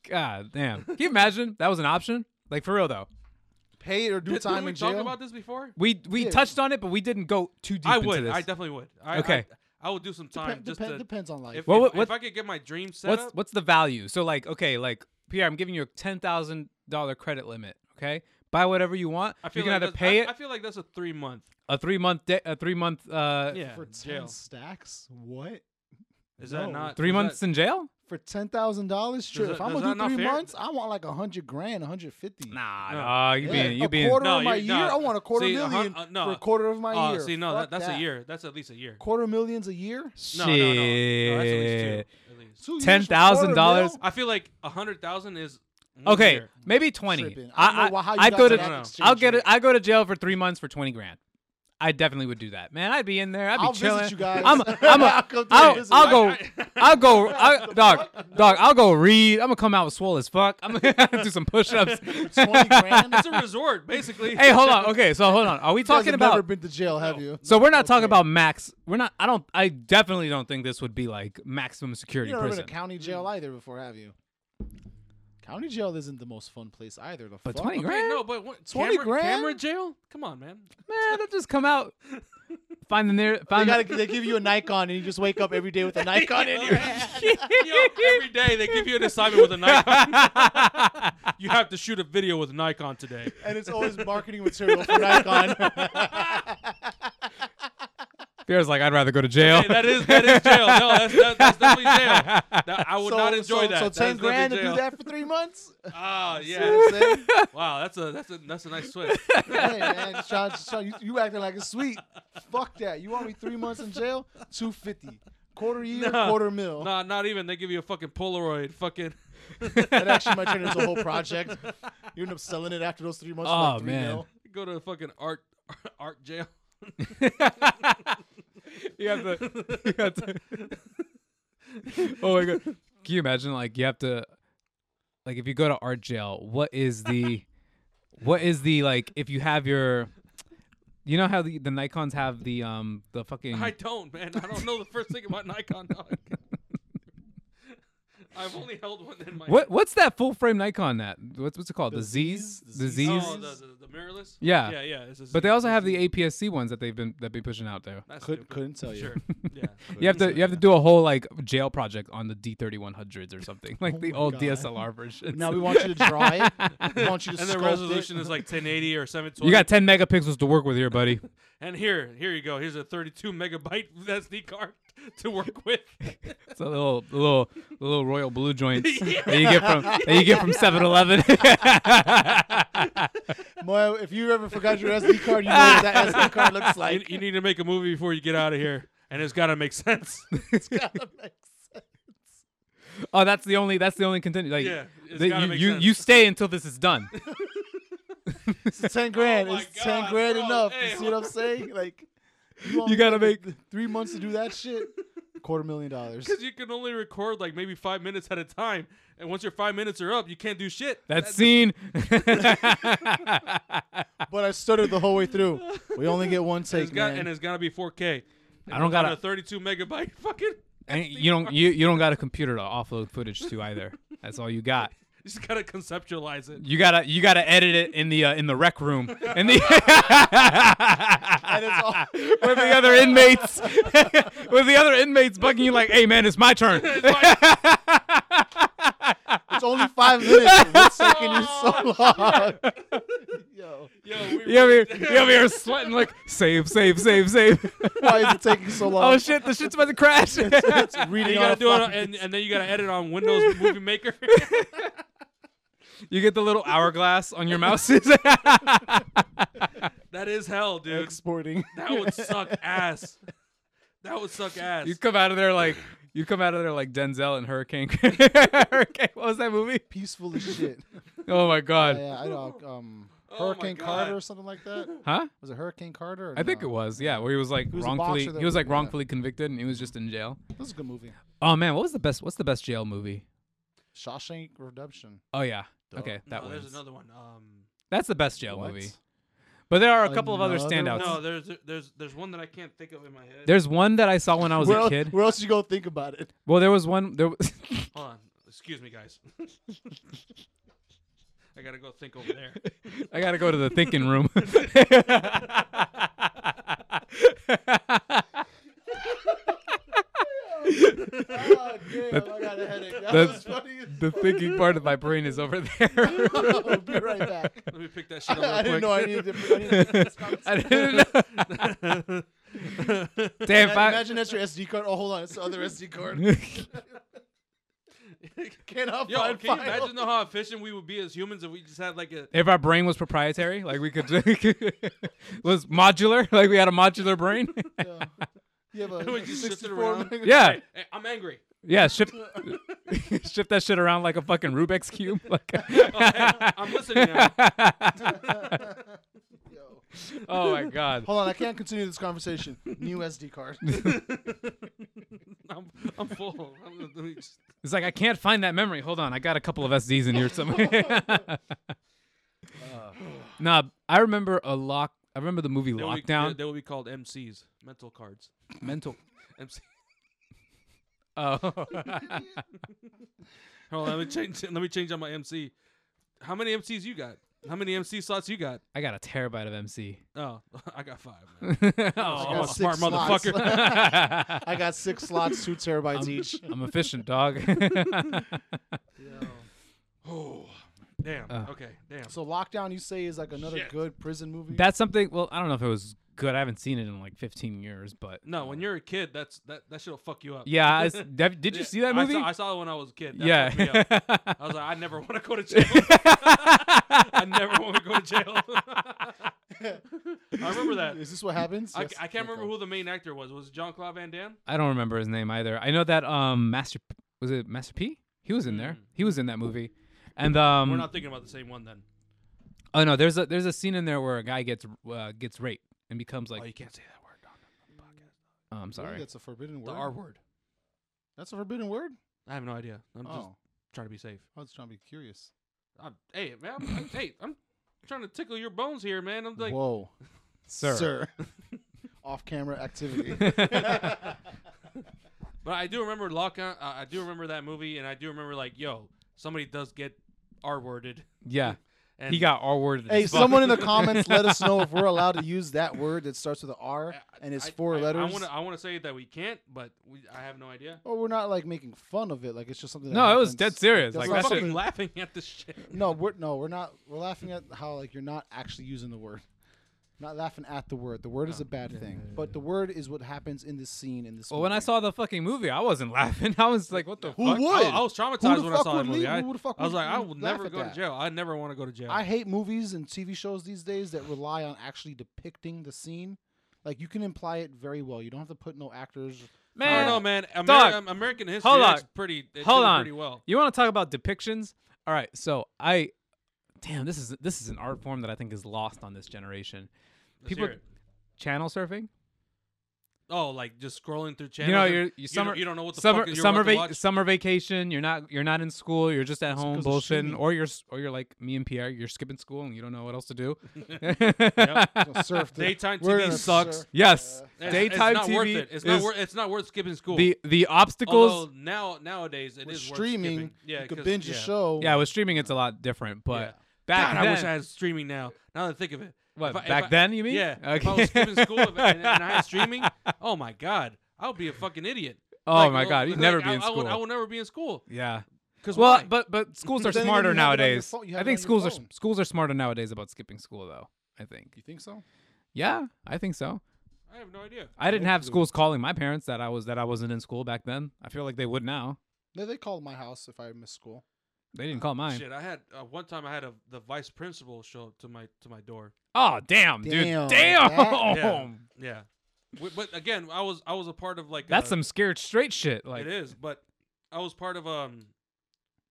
God damn. Can you imagine that was an option? Like for real though.
Pay or do
Did, did
time
we
in
talk
jail.
about this before?
We we
Yeah.
touched on it, but we didn't go too deep
I
into
would.
this.
I definitely would. I,
Okay.
I, I would do some
Depen-
time just
depen-
to.
depends on life.
If,
Well,
if-
what-
if
what-
I could get my dream set
what's
up,
what's the value? So like, okay, like Pierre, I'm giving you a ten thousand dollar credit limit. Okay, buy whatever you want.
I
You're
feel
gonna
like
have to
that's-
pay
I,
it
I feel like that's a three month.
a three month de- a three month uh
Yeah,
for ten
jail.
stacks, what?
Is
no.
that not
three
is
months
That,
in jail.
For ten thousand dollars, sure.
that-
If I'm
does that
gonna do
not
three
fair?
months, I want like a hundred grand, a hundred fifty.
Nah,
No.
nah, you
Yeah,
being you
a
being
quarter
No,
of my
you-
year.
no.
I want a quarter
See, a hun-
million
uh, no.
for a quarter of my
oh,
year.
see, no,
Fuck
that, that's
that.
a year. That's at least a year.
Quarter millions a year.
No, no, no, no, that's at
Shit.
least two. At least.
Two years for
$10,000?
quarter mil?
I feel like a hundred thousand is one
Okay,
year.
maybe twenty.
Tripping. I don't
I,
know why- how
I,
you
I'd
got
go
to
to,
that
exchange
I'll get
rate.
it. I go to jail for three months for twenty grand. I definitely would do that, man. I'd be in there. I'd be
I'll
chilling.
visit you guys.
I'm, a, I'm a,
I'll come through and
I'll,
visit
I'll
you.
go. I'll go. I, dog, dog. I'll go read. I'm gonna come out with swole as fuck. I'm gonna do some push-ups.
Twenty grand.
It's a resort, basically.
hey, hold on. Okay, so hold on. Are we
You guys
talking
have
about?
Never been to jail, have you?
so we're not talking
Okay.
about max. We're not. I don't. I definitely don't think this would be like maximum security
You've never been
prison.
to county jail either before, have you? County jail isn't the most fun place either. The
But
fuck?
20
Okay,
grand?
no, but what,
20
camera,
grand?
camera jail? Come on, man.
man, I'll just come out. Find the near.
They,
Find.
gotta,
The,
they give you a Nikon and you just wake up every day with a Nikon in your hand.
Yo, every day they give you an assignment with a Nikon. you have to shoot a video with Nikon today.
And it's always marketing material for Nikon.
Pierre's like, I'd rather go to jail.
Hey, that is that is jail. No, that's, that, that's definitely jail. That- I would not enjoy
so,
that.
So
That
ten
is definitely
grand to
jail.
do that for three months.
Ah,
You know
yeah.
what I'm saying?
wow, that's a that's a that's a nice switch.
hey man, Sean, Sean, you, you acting like it's sweet. Fuck that. You want me three months in jail? Two fifty, quarter year,
No.
quarter mil.
Nah, not even. They give you a fucking Polaroid. Fucking.
That actually might turn into a whole project. You end up selling it after those three months. for
Oh,
like three
man.
mil.
Go to a fucking art art jail.
you have to. You have to oh my god! Can you imagine? Like you have to, like if you go to art jail, what is the, what is the like if you have your, you know how the, the Nikon's have the um the fucking
I don't, man. I don't know the first thing about Nikon dog. I've only held one in my
what what's that full frame Nikon that what's what's it called the, Z's
Zs, the
the Z's.
Zs.
Oh, the, the, the mirrorless.
Yeah.
yeah, yeah. It's a
but they
Z-
also have
Z-
the APS-C ones that they've been that been pushing out there.
That's
Couldn't-
stupid.
couldn't tell you.
Sure. Yeah.
You have to you have to do a whole like jail project on the D3100s or something like
Oh
the
my
old
God.
DSLR version.
Now we want you to draw it. We want you to
And the
sculpt
resolution
it.
is like 1080 or 720.
You got 10 megapixels to work with here, buddy.
and here, here you go. Here's a 32 megabyte SD card to work with.
It's a little, the little, the little royal blue joint that you get from that you get from 7-Eleven.
Moya, if you ever forgot your SD card, you know what that SD card looks
you,
like.
you need to make a movie before you get out of here, and it's got to make sense.
it's gotta make sense.
oh, that's the only that's the only continue. Like,
Yeah, it's
the-
gotta
you
make
you,
sense.
you stay until this is done.
It's ten grand.
Oh my
it's ten
God,
grand
bro.
enough.
Hey.
you see what I'm saying? Like, want
You
me
gotta
like
make-
three months to do that shit. Quarter million dollars.
Because you can only record like maybe five minutes at a time, and once your five minutes are up, you can't do shit.
That scene.
But I stuttered the whole way through. We only get one
And it's
take,
got
man.
and it's gotta be 4K.
I don't
Got a
gotta.
32 megabyte fucking.
and you don't you, you don't got a computer to offload footage to either. That's all you got.
You just gotta conceptualize it.
You gotta you gotta edit it in the uh, in the rec room in the
it's all-
with the other inmates with the other inmates bugging you like, hey man, it's my turn.
It's only five minutes. What's taking you so long? Yo,
Yo, we,
You over here, you over here sweating like save, save, save, save.
why is it taking so long?
oh shit, the shit's about to crash.
It's reading
you
on
gotta
a
do it,
fucking-
on- and, and then you gotta edit on Windows Movie Maker.
you get the little hourglass on your mouse.
that is hell, dude.
exporting.
That would suck ass. That would suck ass.
you come out of there like you come out of there like Denzel and Hurricane. Hurricane. What was that movie?
Peaceful as shit.
Oh my god.
Yeah, I know. Um,
Oh my
Hurricane
God.
Carter or something like that.
Huh?
Was it Hurricane Carter? Or
I think
no?
it was, yeah, where he was like
was a
wrongfully
boxer that
he was
was-
like
yeah.
wrongfully convicted and he was just in jail.
This is a good movie.
Oh man, what was the best what's the best jail movie?
Shawshank Redemption.
Oh yeah.
Duh.
Okay, that
no,
was
there's another one. Um,
That's the best jail
What?
movie. But there are a couple of other
Another
standouts.
no, there's there's there's one that I can't think of in my head.
There's one that I saw when I was
where
a
else,
kid.
Where else you gonna think about it?
Well, there was one there was
Hold on. Excuse me, guys. I gotta go think over there.
I gotta go to the thinking room.
oh, damn, I got a headache. That
that's-
was funny. as
the thinking part of my brain is over there.
fuck. I'll be right back.
Let me pick that shit up. Real
I,
quick.
I didn't know I needed to. I needed to
I didn't know. Damn, if I,
imagine that's your SD card. Oh, hold on, it's the other SD card.
Oh,
Cannot
Yo,
find
can you
file.
imagine though how efficient we would be as humans if we just had like a
if our brain was proprietary, like we could was modular, like we had a modular brain.
Yeah. You have a
We just shifted
64
around.
meg-
yeah,
Hey, I'm angry.
yeah. Shift shift that shit around like a fucking Rubik's cube. Like,
Oh, hey, I'm listening now.
Yo.
oh my god.
Hold on, I can't continue this conversation. New SD card.
I'm, I'm full. I'm, let me just-
It's like I can't find that memory. Hold on, I got a couple of SDs in here somewhere. nah, I remember a lock. I remember the movie
they will be-
Lockdown.
They, they will be called MCs, mental cards.
Mental.
MC.
Oh,
Hold on, let me change. Let me change on my MC. How many MCs you got? How many MC slots you got?
I got a terabyte of MC.
Oh, I got five. Man. I'm a
oh,
six
smart
slots.
motherfucker.
I got six slots, two terabytes each.
I'm efficient, dog.
oh, damn.
Uh.
okay, damn.
So lockdown, you say, is like another
Shit.
good prison movie.
That's something. Well, I don't know if it was good. I haven't seen it in like 15 years, but
No, when you're a kid, that's that that shit'll fuck you up.
yeah. I s- Dev- did you see that movie?
I saw, I saw it when I was a kid. That fucked me
yeah.
up. I was like, I never want to go to jail. I never want to go to jail. I remember that.
Is this what happens?
I,
Yes.
I can't remember
Okay.
who the main actor was. Was it John Claude Van Damme?
I don't remember his name either. I know that um Master P- was it Master P? He was in there.
Mm.
He was in that movie. And
We're
um
not thinking about the same one then.
oh no, there's a there's a scene in there where a guy gets uh, gets raped and becomes
oh, you
like
can't say that word on the podcast.
oh, I'm
Really?
sorry.
That's a forbidden
The
word.
R word.
That's a forbidden word.
I have no idea. I'm just
oh,
trying to be safe.
I was trying to be curious.
i hey, man. I'm, I'm- hey, I'm trying to tickle your bones here, man. I'm like,
Whoa,
Sir.
Off-camera activity.
but I do remember Lockdown. Uh, I do remember that movie, and I do remember like, yo, somebody does get R worded.
Yeah.
And
He got R worded.
hey,
as fuck.
someone in the comments, let us know if we're allowed to use that word that starts with a R
I-
and it's
I-
four
I-
letters.
I want to. I want to say that we can't, but we, I have no idea.
Well, we're not like making fun of it. Like it's just something. That
No, it was
happens.
dead serious,
That's
like,
We're
not
that
fucking
something-
laughing at this shit.
No, we're no, we're not. We're laughing at how like you're not actually using the word. Not laughing at the word. The word
Oh.
is a bad thing, but the word is what happens in this scene in this.
Well, when I
movie.
saw the fucking movie, I wasn't laughing. I was like, what the
Who
fuck?
Fuck, I,
would?
I was traumatized
Who the
when I
fuck
saw
would
that movie.
leave?
I,
Who the fuck
I was
would
like, I will
laugh
never
at
go to
that?
jail. I never want to go to jail.
I hate movies and TV shows these days that rely on actually depicting the scene. Like you can imply it very well. You don't have to put no actors
I
Man,
don't know, man. Ameri-
Dog.
um, American history
Hold
that's
on.
pretty. It's
Hold
doing
on.
pretty well.
You want to talk about depictions? All right, so I, damn, this is this is an art form that I think is lost on this generation.
Let's
People-
hear it.
Channel surfing.
Oh, like just scrolling through
you
channels.
know,
and
you're you
you
summer
Don't, you don't know what the
summer
fuck you're
summer,
about to
vac
watch.
summer vacation. You're not you're not in school. You're just at home
'cause of streaming.
bullshitting, or you're s- or you're like me and Pierre. You're skipping school and you don't know what else to do.
Gonna surf the-
Daytime
we're
TV
gonna
sucks.
surf.
Yes,
Uh,
It's-
daytime
it's not
TV
worth it. It's not
is
worth. It's not worth skipping school.
the the obstacles.
Although now nowadays it
With
is
streaming,
Worth skipping. yeah,
you could
'cause-
binge
yeah.
a show.
yeah, with streaming it's a lot different, but
Yeah.
back
God,
then,
I wish I had streaming now. Now that I think of it,
what,
if I- if
back
I-
then you mean?
yeah.
Okay.
If I was skipping school if- and, and I had streaming, oh my god, I would be a fucking idiot.
oh
Like,
my
uh,
god, you'd
like,
never be
I-
in
I
school.
would- I will never be in school.
yeah.
Cause
Well,
why?
but but schools are
But then again,
smarter
you have it on your
nowadays.
phone- you
I
have it
think
on your
schools are
phone.
schools are smarter nowadays about skipping school though. I think.
You think so?
Yeah, I think so.
I have no idea.
I didn't have
Hopefully.
schools calling my parents that I was that I wasn't in school back then. I feel like they would now.
No, they call my house if I miss school.
They didn't call mine.
Shit, I had uh, one time I had a, the vice principal show up to my to my door.
Oh damn, dude,
Damn,
damn.
that-
Yeah. Yeah, Wi- but again, I was I was a part of like
That's
a-
some scared straight shit. Like
it is, but I was part of um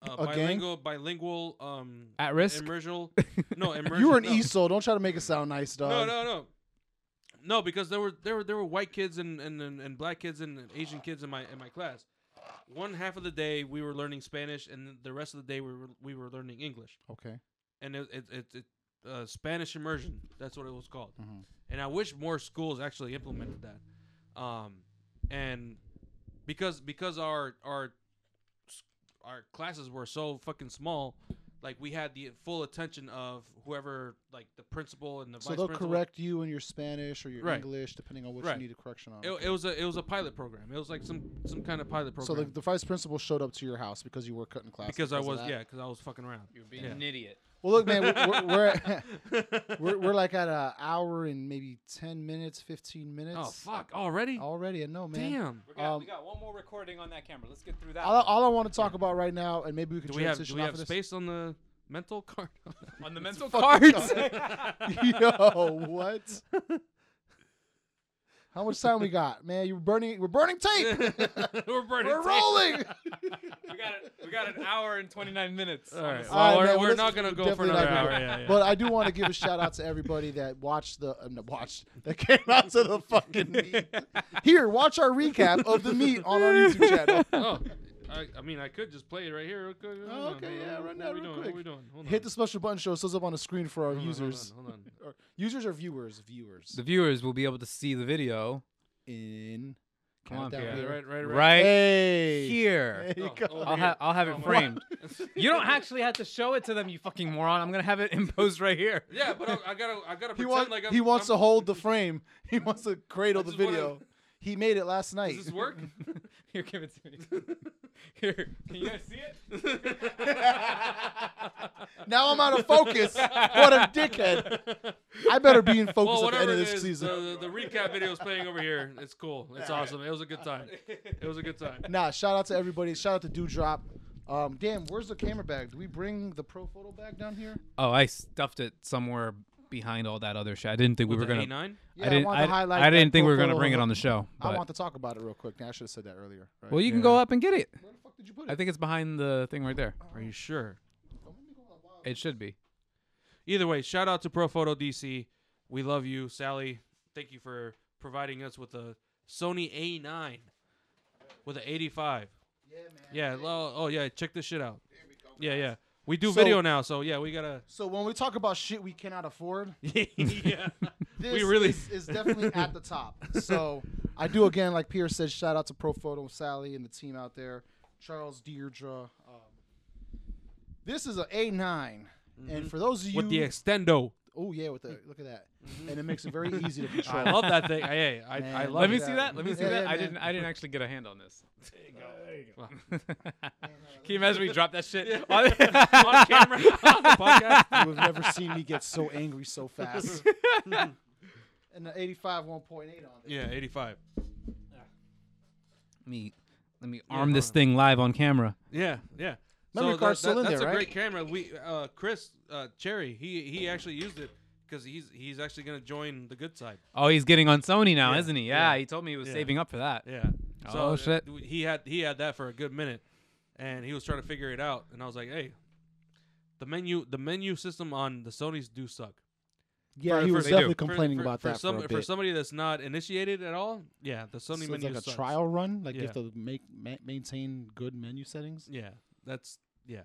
uh,
A gang?
bilingual bilingual um
at risk.
immersional no immersion
You were an
no.
ESOL. Don't try to make it sound nice, dog.
No, no, no. No, because there were there were there were white kids and and, and, and black kids and, and Asian kids in my in my class. One half of the day we were learning Spanish, and the rest of the day we were we were learning English.
Okay.
And it it, it, it uh, Spanish immersion. That's what it was called.
Mhm.
And I wish more schools actually implemented that. Um, and because because our our s- our classes were so fucking small, like we had the full attention of whoever like the principal and the
So
vice
they'll
principal.
correct you in your Spanish or your
Right.
English, depending on what
Right.
you need a correction on.
It, it was a it was a pilot program. It was like some some kind of pilot
so
program.
the, the vice principal showed up to your house because you were cutting class.
because I
of
was
that?
yeah, because I was fucking around.
You're
being an
idiot.
Well, look, man, we're we're, we're, at, we're we're like at an hour and maybe ten minutes, fifteen minutes.
oh fuck already?
Already, I know, man.
Damn.
got- we Um,
got one more recording on that camera. Let's get through that.
All, all I want to talk about right now, and maybe we can
Do we have do
transition
we
off
have
of
space on the mental card?
on the mental
fucking
cards.
this. Yo, what? How much time we got, man? You're burning. We're burning tape.
We're burning.
We're
tape.
rolling.
we got we got an hour and 29 minutes.
All right.
All right,
Well,
man,
we're,
well,
we're
this
not
is
gonna go for
definitely not
another hour.
good.
Yeah, yeah.
But I do want to give a shout out to everybody that watched the uh, no, watched that came out to the fucking meet. Here, watch our recap of the meet on our YouTube channel.
oh, I, I mean, I could just play it right here. Okay.
Oh, okay, yeah, run that
what we
real
doing?
quick.
What we doing? Hold
Hit
on.
the special button show. It shows up on the screen for our
Hold on, hold
users.
on, hold on.
Or, users or viewers? Viewers.
The viewers will be able to see the video
In.
Come on,
countdown
Pierre.
Yeah,
here.
right, right, right.
right
Hey.
here.
There you
Oh,
go.
oh,
I'll
here.
have I'll have
Oh,
it
my-
framed. You don't actually have to show it to them, you fucking moron. I'm gonna have it imposed right here.
Yeah, but I, I gotta I gotta
He
pretend
wants.
like I'm,
he wants
I'm,
to hold the frame. He wants to cradle the
just wanna-
video. He made it last night.
Does this work?
Here, give it to me. Here, can you guys see it?
Now I'm out of focus. what a dickhead. I better be in focus
well,
at the end
whatever
of
it
this
is,
season.
the, the recap video is playing over here. It's cool. It's awesome. It was a good time. It was a good time.
Nah, shout out to everybody. Shout out to Dewdrop. Um, damn, where's the camera bag? Do we bring the pro photo bag down here?
Oh, I stuffed it somewhere behind all that other shit. I didn't think we were gonna.
nine.
Yeah,
I didn't.
want
I,
to highlight
I
that
didn't think we were
Pro
gonna
Photo.
bring it on the show.
I
but-
want to talk about it real quick. Nah, I should have said that earlier. Right?
well, you can go up and get it.
Where the fuck did you put it?
I think it's behind the thing right there.
Are you sure?
It should be.
Either way, shout out to Profoto DC. We love you, Sally. Thank you for providing us with a Sony A9 with an 85.
yeah, man.
Yeah. Oh, oh, yeah. Check this shit out. Yeah, yeah. We do
So-
video now, so yeah, we gotta.
So when we talk about shit we cannot afford,
yeah.
this
We really-
is, is definitely at the top. So I do again, like Pierre said, shout out to Pro Photo Sally and the team out there, Charles Deirdre. Um, this is a A9, and for those of you
Mm-hmm. With the extendo.
Oh yeah, with the look at that, and it makes it very easy to
I
control.
love that thing. Hey, I, I,
Man.
love
Let
it.
me
that.
see that. Let me see
Yeah,
that.
yeah,
I
man.
didn't. I didn't actually get a hand on this.
Wow.
Can you imagine we drop that shit on,
on camera on the podcast.
you have never seen me get so angry so fast. and the 85 1.8 on there.
Mm-hmm. Yeah, 85.
Let me let me
Yeah,
arm this
hold on.
thing live on camera.
Yeah, yeah.
Memory
that-
card's still
that-
in
that's
there,
a
right?
great camera. We uh, Chris uh, Cherry, he he actually used it because he's he's actually gonna join the good side.
Oh, he's getting on Sony now,
Yeah,
isn't he? Yeah,
yeah,
he told me he was
yeah.
saving up for that.
Yeah, So
Oh,
uh,
shit.
He had he had that for a good minute, and he was trying to figure it out. And I was like, hey, the menu the menu system on the Sony's do suck.
Yeah,
For-
he
for-
was
they do.
definitely
For-
complaining
for-
about
for
that
some-
for a
for
bit.
somebody that's not initiated at all. Yeah, the Sony
so it's
menu
like a
sucks.
trial run. Like you
Yeah.
have to make ma- maintain good menu settings.
Yeah, that's yeah.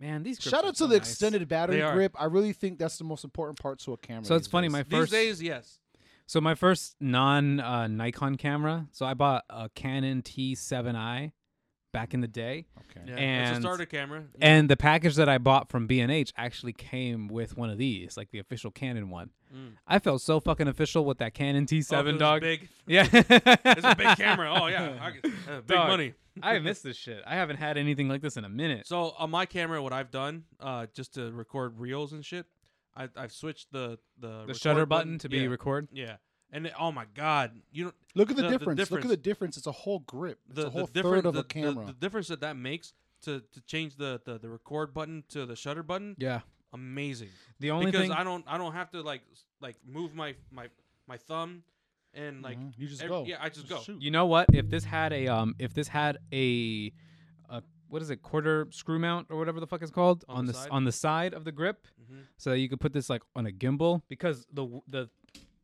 Man, these grips
Shout
are
out
so
to the
nice.
extended battery
They are.
grip. I really think that's the most important part to a camera.
So it's
these
funny,
days.
my first
These days, yes.
So my first non uh, Nikon camera. So I bought a Canon T7i back in the day,
Okay.
Yeah, it's a
And-
starter camera.
and the package that I bought from B&H actually came with one of these, like the official Canon one.
Mm.
I felt so fucking official with that Canon
Oh, 'cause
T7
it's
dog.
Big.
Yeah,
It's a big camera. Oh yeah, I, can- uh, big
Dog.
money.
I miss this shit. I haven't had anything like this in a minute.
So on my camera, what I've done, uh, just to record reels and shit, I, I've switched the the,
the
record
shutter button to be
yeah,
record.
yeah. And it- oh my god, you don't
Look at the,
The- the
difference. Look at the difference. It's a whole grip. It's
the
a whole
the difference
third of
the,
a
the-
camera.
The, difference that that makes to to change the, the the record button to the shutter button,
Yeah.
amazing.
The only
because
thing
I don't I don't have to like s- like move my my my thumb and like
Mm-hmm.
Mhm. you just
every-
go.
yeah, I just go.
shoot.
You know what? If this had a um, if this had a, a what is it, quarter screw mount or whatever the fuck it's called
On
on
the
the, s-
side?
on the side of the grip,
Mhm.
so that you could put this like on a gimbal because the w- the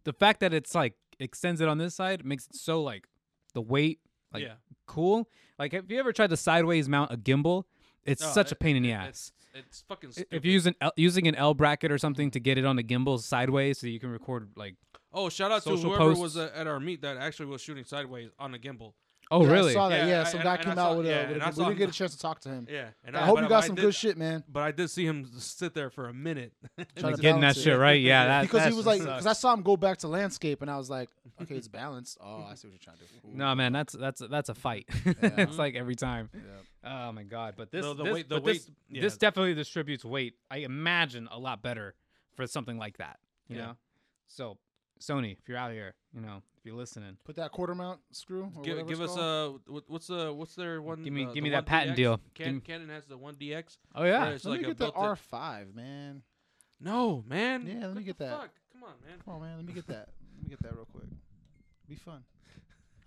the fact that it's like extends it on this side makes it so like the weight like
yeah.
cool. Like have you ever tried to sideways mount a gimbal? It's
Oh,
such a
it-
pain in the
It's
ass.
it's fucking
I-
stupid.
If you use an L, using an L bracket or something to get it on the gimbal sideways, so you can record like
oh, shout out to
social
whoever was
posts.
uh, at our meet that actually was shooting sideways on a gimbal.
oh
Yeah,
really?
I saw that.
Yeah,
Yeah,
I-
some
and-
guy
and I
came
saw-
out with
yeah,
a. With
and
a
I
we
saw
didn't get
him-
a chance to talk to him.
Yeah, and
I hope
but
you got
I
some
did-
good shit, man.
But I did see him sit there for a minute.
Trying to
getting that
balance it.
shit right, yeah. That,
Because
that
he was
shit
like,
sucks.
because I saw him go back to landscape, and I was like, okay, it's balanced. Oh, I see what you're trying to do. Ooh.
No man, that's that's that's a fight. it's like every time. Oh my god! But this
No, the
this,
weight- the
but this,
weight- yeah.
this definitely distributes weight. I imagine a lot better for something like that. You
Yeah.
know, so Sony, if you're out here, you know, if you're listening,
Put that quarter mount screw. Or
give
whatever
give
it's
us
called.
uh what- what's uh what's their one?
Give me-
uh,
give
the
me that
1DX?
patent deal. Give
Can,
me-
Canon has the one DX.
oh
where
yeah,
it's
Let
like
me
a
get the
built-in-
R5, man.
No man.
Yeah, let
What
me get
the
that.
Fuck? Come on, man.
Come on, man. Let me get that. Let me get that real quick. Be fun.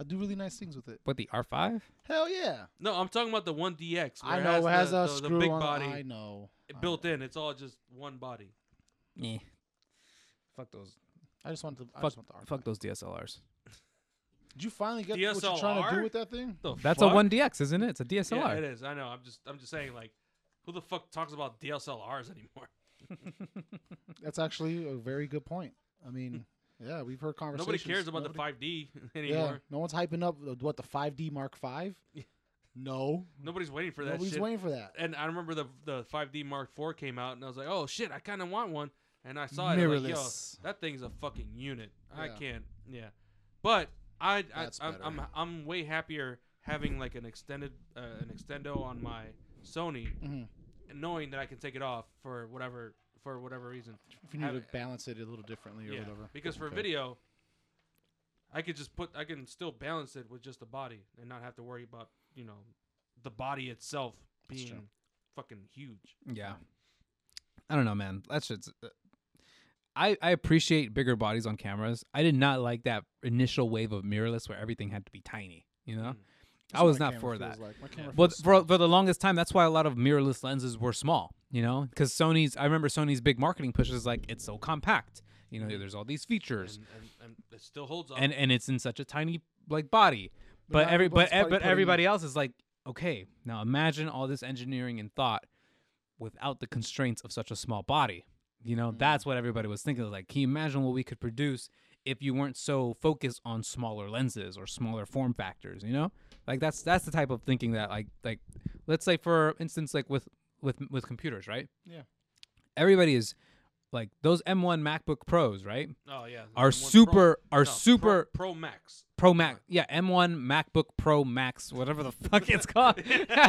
I do really nice things with it.
what the R5?
Hell yeah.
No, I'm talking about the one DX.
I
where
know. It has
the, the,
a
the
screw
big
on.
body
I know. I
built
know.
in. It's all just one body.
Yeah. Fuck those.
I just want the. I
Fuck,
just want the R5.
fuck those DSLRs.
Did you finally get what you're trying to
DSLR?
do with that thing?
The
That's
fuck?
a one DX, isn't it? It's a DSLR.
Yeah, it is. I know. I'm just I'm just saying like who the fuck talks about DSLRs anymore?
That's actually a very good point. I mean, yeah, we've heard conversations.
Nobody cares about
Nobody-
the 5D anymore.
Yeah, no one's hyping up the- what the 5D Mark Five. No,
Nobody's waiting for that
nobody's
shit.
waiting for that.
and I remember the the 5D Mark IV came out, and I was like, oh shit, I kind of want one. And I saw it, I'm like, yo,
Mirrorless.
that thing's a fucking unit. I
Yeah.
can't, yeah. But I, I
That's
I'm,
better.
I'm I'm way happier having like an extended uh, an extendo on my Sony,
Mhm.
and knowing that I can take it off for whatever for whatever reason.
If you need
have
to
it-
balance it a little differently or
Yeah,
whatever.
because for
Okay.
video, I could just put I can still balance it with just the body and not have to worry about you know the body itself
That's true.
being fucking huge.
Yeah. I don't know, man. That shit's. I, I appreciate bigger bodies on cameras. I did not like that initial wave of mirrorless where everything had to be tiny, you know?
Mm.
I
That's what
was
my
not
camera
for
feels
that.
Like. My camera
Well,
feels
for, for the longest time, that's why a lot of mirrorless lenses were small, you know? Because Sony's, I remember Sony's big marketing push is like, it's so compact. You know, there's all these features
And, and, and it still holds up.
and, and it's in such a tiny, like, body. But,
now
every, but,
everybody's
e-
probably
but
putting-
everybody else is like, okay, now imagine all this engineering and thought without the constraints of such a small body. You know, that's what everybody was thinking. Like, can you imagine what we could produce if you weren't so focused on smaller lenses or smaller form factors? You know, like that's that's the type of thinking that like like let's say for instance like with with with computers, right?
Yeah.
Everybody is like those M1 MacBook Pros, right?
oh yeah, the
Are
M1 Pro-
super are
no, Pro-
super
Pro, Max.
Pro Mac, yeah, M1 MacBook Pro Max, whatever the fuck it's called.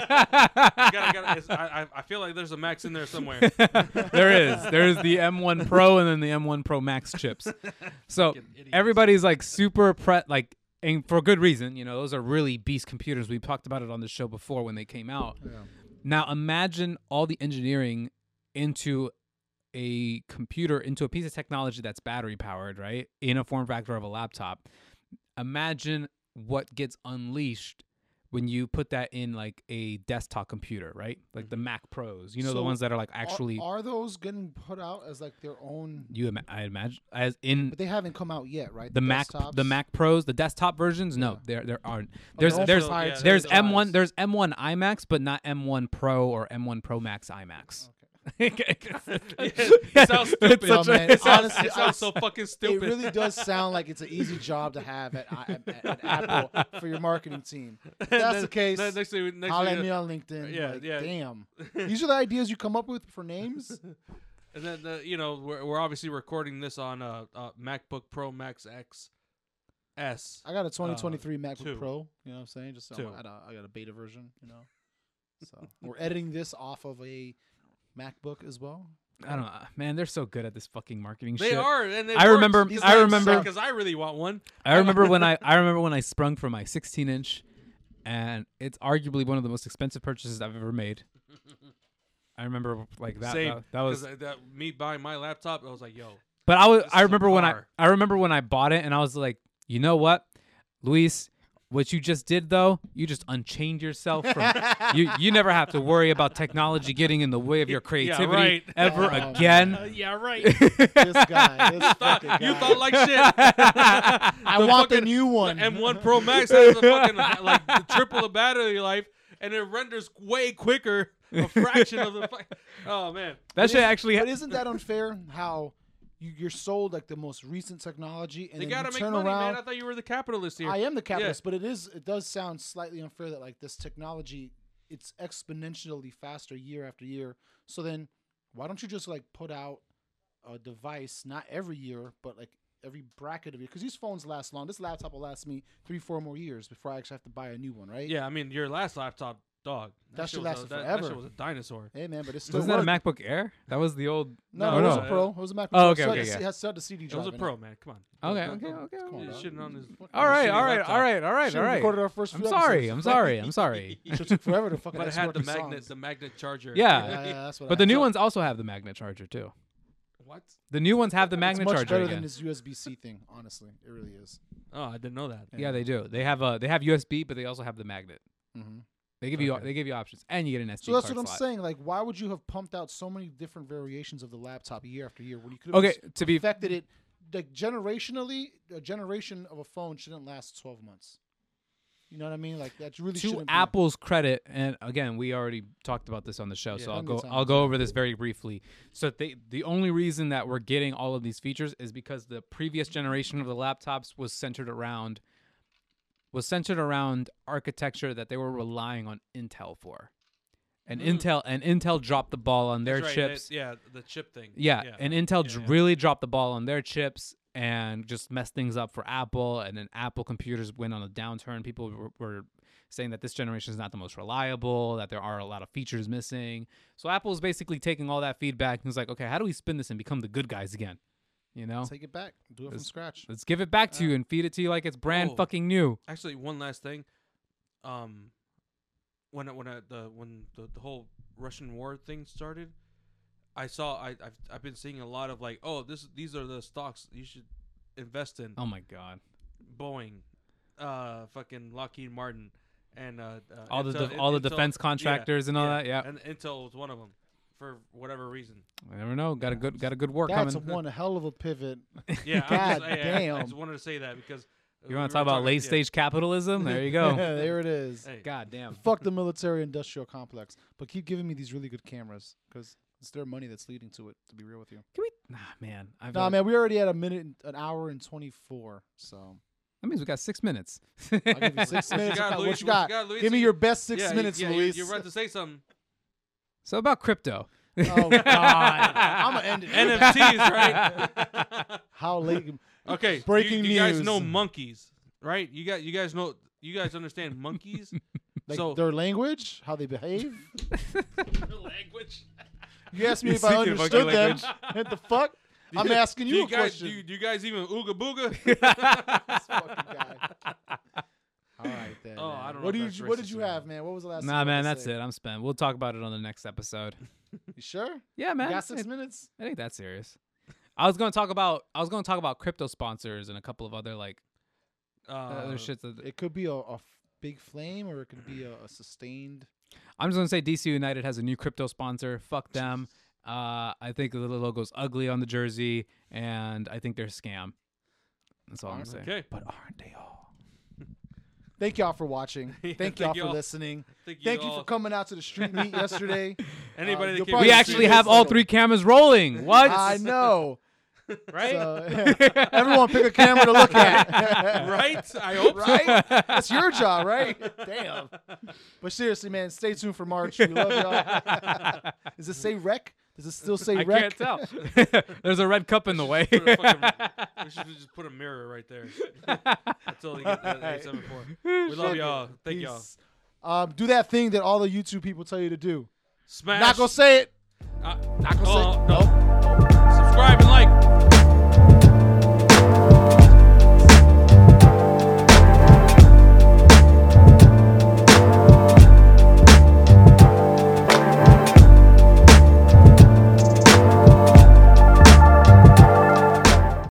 You gotta- gotta- it's- I, I- I feel like there's a Max in there somewhere.
there is. There is the M1 Pro and then the M1 Pro Max chips. So
Fucking idiots.
everybody's like super pre like and for good reason, you know, those are really beast computers. We talked about it on the show before when they came out.
Yeah.
Now imagine all the engineering into a computer, into a piece of technology that's battery powered, right? In a form factor of a laptop. Imagine what gets unleashed when you put that in like a desktop computer, right? Like the Mac Pros, you know, the
Mm-hmm. So
ones that are like actually
are, are those getting put out as like their own?
you. Ima- I imagine as in
But they haven't come out yet, right?
the Mac,
desktops?
the Mac Pros, the desktop versions. No, there there aren't. There's
they're
there's
also- yeah,
there's
those
are
M1
eyes.
there's M1 IMAX, but not M1 Pro or M1 Pro Max IMAX.
it sounds
It's
stupid.
such
Oh,
a-
man,
it sounds-
honestly,
it sounds so fucking
It
stupid.
really does sound like it's an easy job to have at, at, at Apple for your marketing team. If that's the case.
Next, next, thing- next
Holla
thing
at
you-
me on LinkedIn.
Yeah,
like,
yeah.
Damn. These are the ideas you come up with for names.
And then the, you know we're, we're obviously recording this on a, uh MacBook Pro Max X S.
I got a 2023 MacBook
Uh, two.
Pro. You know what I'm saying? Just so
Two.
I, got a, I got a beta version. You know, so we're editing this off of a MacBook as well.
I don't know, man. They're so good at this fucking marketing
They
shit.
are, and it
I remember-
I remember-
because I really want one.
I remember when I I remember when I sprung for my 16 inch, and it's arguably one of the most expensive purchases I've ever made. I remember like that.
Same,
That, that was,
'cause I- that me buying my laptop. I was like, yo,
but I was.
this
I
is a
remember when I
car.
I remember when I bought it, and I was like, you know what, Luis, what you just did though, you just unchained yourself from. you you never have to worry about technology getting in the way of your creativity
right.
ever
Oh,
again.
man.
yeah, right.
this guy, this fucking guy.
you thought like shit.
I want the
fucking-
new one.
M1 Pro Max has a fucking like the triple the battery life, and it renders way quicker, a fraction of the. Fu- oh man,
That shit
isn't-
actually.
But isn't that unfair? How you, you're sold like the most recent technology, and
they
then
gotta
you
make
turn
money,
around.
man. I thought you were the capitalist here.
I am the capitalist, but it is it does sound slightly unfair that like this technology it's exponentially faster year after year. So then why don't you just like put out a device not every year, but like every bracket of year? Because these phones last long. This laptop will last me three, four more years before I actually have to buy a new one, right?
Yeah, I mean your last laptop, dog.
That
shit
shit
was a-
lasted
that, That
forever.
shit was a dinosaur.
Hey man, but it's still
Wasn't that a
worked.
MacBook Air? That was the old.
No,
No,
it
no.
was a pro. It was a Mac.
Oh, okay,
It still
okay,
had a C-
yeah.
had- still had the CD
It
drive.
was a
in
pro, man. Come on.
Okay,
Don't-
okay,
don't-
okay.
Come on,
He's
dog.
shitting on his.
All right, all right,
laptop.
all right, all right,
Should've
all right.
recorded our first
I'm
few episodes.
sorry, I'm sorry, I'm sorry.
It took forever to fucking.
But it had
export
the magnet,
songs.
the magnet charger.
Yeah.
Yeah, yeah, that's what I
But the
had.
new
So-
ones also have the magnet charger too.
What?
The new ones have the
It's
magnet
much
charger.
better
again.
than this USB C thing. Honestly, it really is.
Oh, I didn't know that.
yeah, they do. They have a they have USB, but they also have the magnet.
hmm
They give you
Okay.
they give you options, and you get an SD
So that's
card
what I'm
slot.
saying. Like, why would you have pumped out so many different variations of the laptop year after year when you could have
Okay, to be
affected it? Like generationally, a generation of a phone shouldn't last 12 months. You know what I mean? Like that really
to
shouldn't. be-
Apple's credit, and again, we already talked about this on the show,
Yeah,
so
that
I'll go
means I'm
I'll go over this very briefly. So they the only reason that we're getting all of these features is because the previous generation of the laptops was centered around was centered around architecture that they were relying on Intel for. And
Mm.
Intel and Intel dropped the ball on their
That's right,
chips.
that- yeah, the chip thing.
Yeah, and Intel
Yeah,
dr-
yeah.
really dropped the ball on their chips and just messed things up for Apple. And then Apple computers went on a downturn. People were, were saying that this generation is not the most reliable, that there are a lot of features missing. So Apple's basically taking all that feedback and was like, okay, how do we spin this and become the good guys again? You know,
Take it back. Do it from
It's-
scratch.
let's give it back to you and feed it to you like it's brand
uh, Oh.
fucking new.
Actually, one last thing. Um, when I- when I, the when the, the whole Russian war thing started, I saw I I've, I've been seeing a lot of like, oh, this these are the stocks you should invest in.
Oh my god!
Boeing, uh, fucking Lockheed Martin, and uh, uh,
All the
Intel-
de- all the
Intel-
defense
yeah,
contractors and all that, yeah.
and Intel was one of them for whatever reason.
I never know. Got a good got a good war
That's
coming.
one hell of a pivot.
Yeah, I, just,
God
yeah, I- I,
damn.
just wanted to say that because
You want to talk about late stage capitalism? There you go.
there it is.
god damn.
Fuck the military industrial complex. But keep giving me these really good cameras because it's their money that's leading to it. To be real with you.
Can we? Nah, man. I feel
Nah,
like-
man, we already had a minute, and- an hour and twenty four. So
That means we got six minutes.
I'll give you
What
six
you
minutes.
got,
What
Luis?
you
What you
got?
got, Luis?
Give me your best six
yeah, you-
minutes,
yeah, you-
Luis.
You're about to say something.
so about crypto.
oh God, I'm gonna end it.
NFTs, right?
How late?
okay.
Breaking
you, you guys
news.
know monkeys, right? You got you guys know you guys understand monkeys?
Like
so
their language, how they behave.
language.
You asked me
You're
if I
speaking of
understood
monkey
them. What the fuck? I'm asking
Do
you,
you
a
guys do
question.
you, do you guys even ooga booga?
This fucking guy. All right then.
Oh,
man.
I don't know
what
if
did
that's
you, what did
racist
you
or not.
have, man? What was the last?
Nah, man, that's it. I'm spent. We'll talk about it on the next episode.
You sure?
Yeah,
You
man.
got six
it-
minutes.
I think that's serious. I was gonna talk about I was gonna talk about crypto sponsors and a couple of other like
Uh,
Other shit's a-
It could be a, a f- big flame, or it could be a, a sustained.
I'm just gonna say DC United has a new crypto sponsor. Fuck them. Uh, I think the logo's ugly on the jersey, and I think they're a scam. That's all I'm gonna say.
okay.
But aren't they all?
Thank y'all for watching.
Yeah,
Thank y'all
thank
for
y'all.
listening.
Thank you,
Thank you
all.
for coming out to the street meet yesterday.
Anybody
Uh,
that
you'll
came
probably
We
see
actually
this
have all
later.
three cameras rolling. What?
I know.
right,
So, everyone, pick a camera to look at.
right. I hope so.
right? That's your job, right? Damn. But seriously, man, stay tuned for March. We love y'all. Does it say rec? Does it still say
I can't
rec?
tell. There's a red cup in the way.
Put a fucking- we should just put a mirror right there. Until they get uh, that 874. We love y'all. Thank y'all.
Peace. Um, do that thing that all the YouTube people tell you to do.
Smash.
Not gonna say it.
uh,
Not gonna say.
oh,
it.
no. Subscribe and like.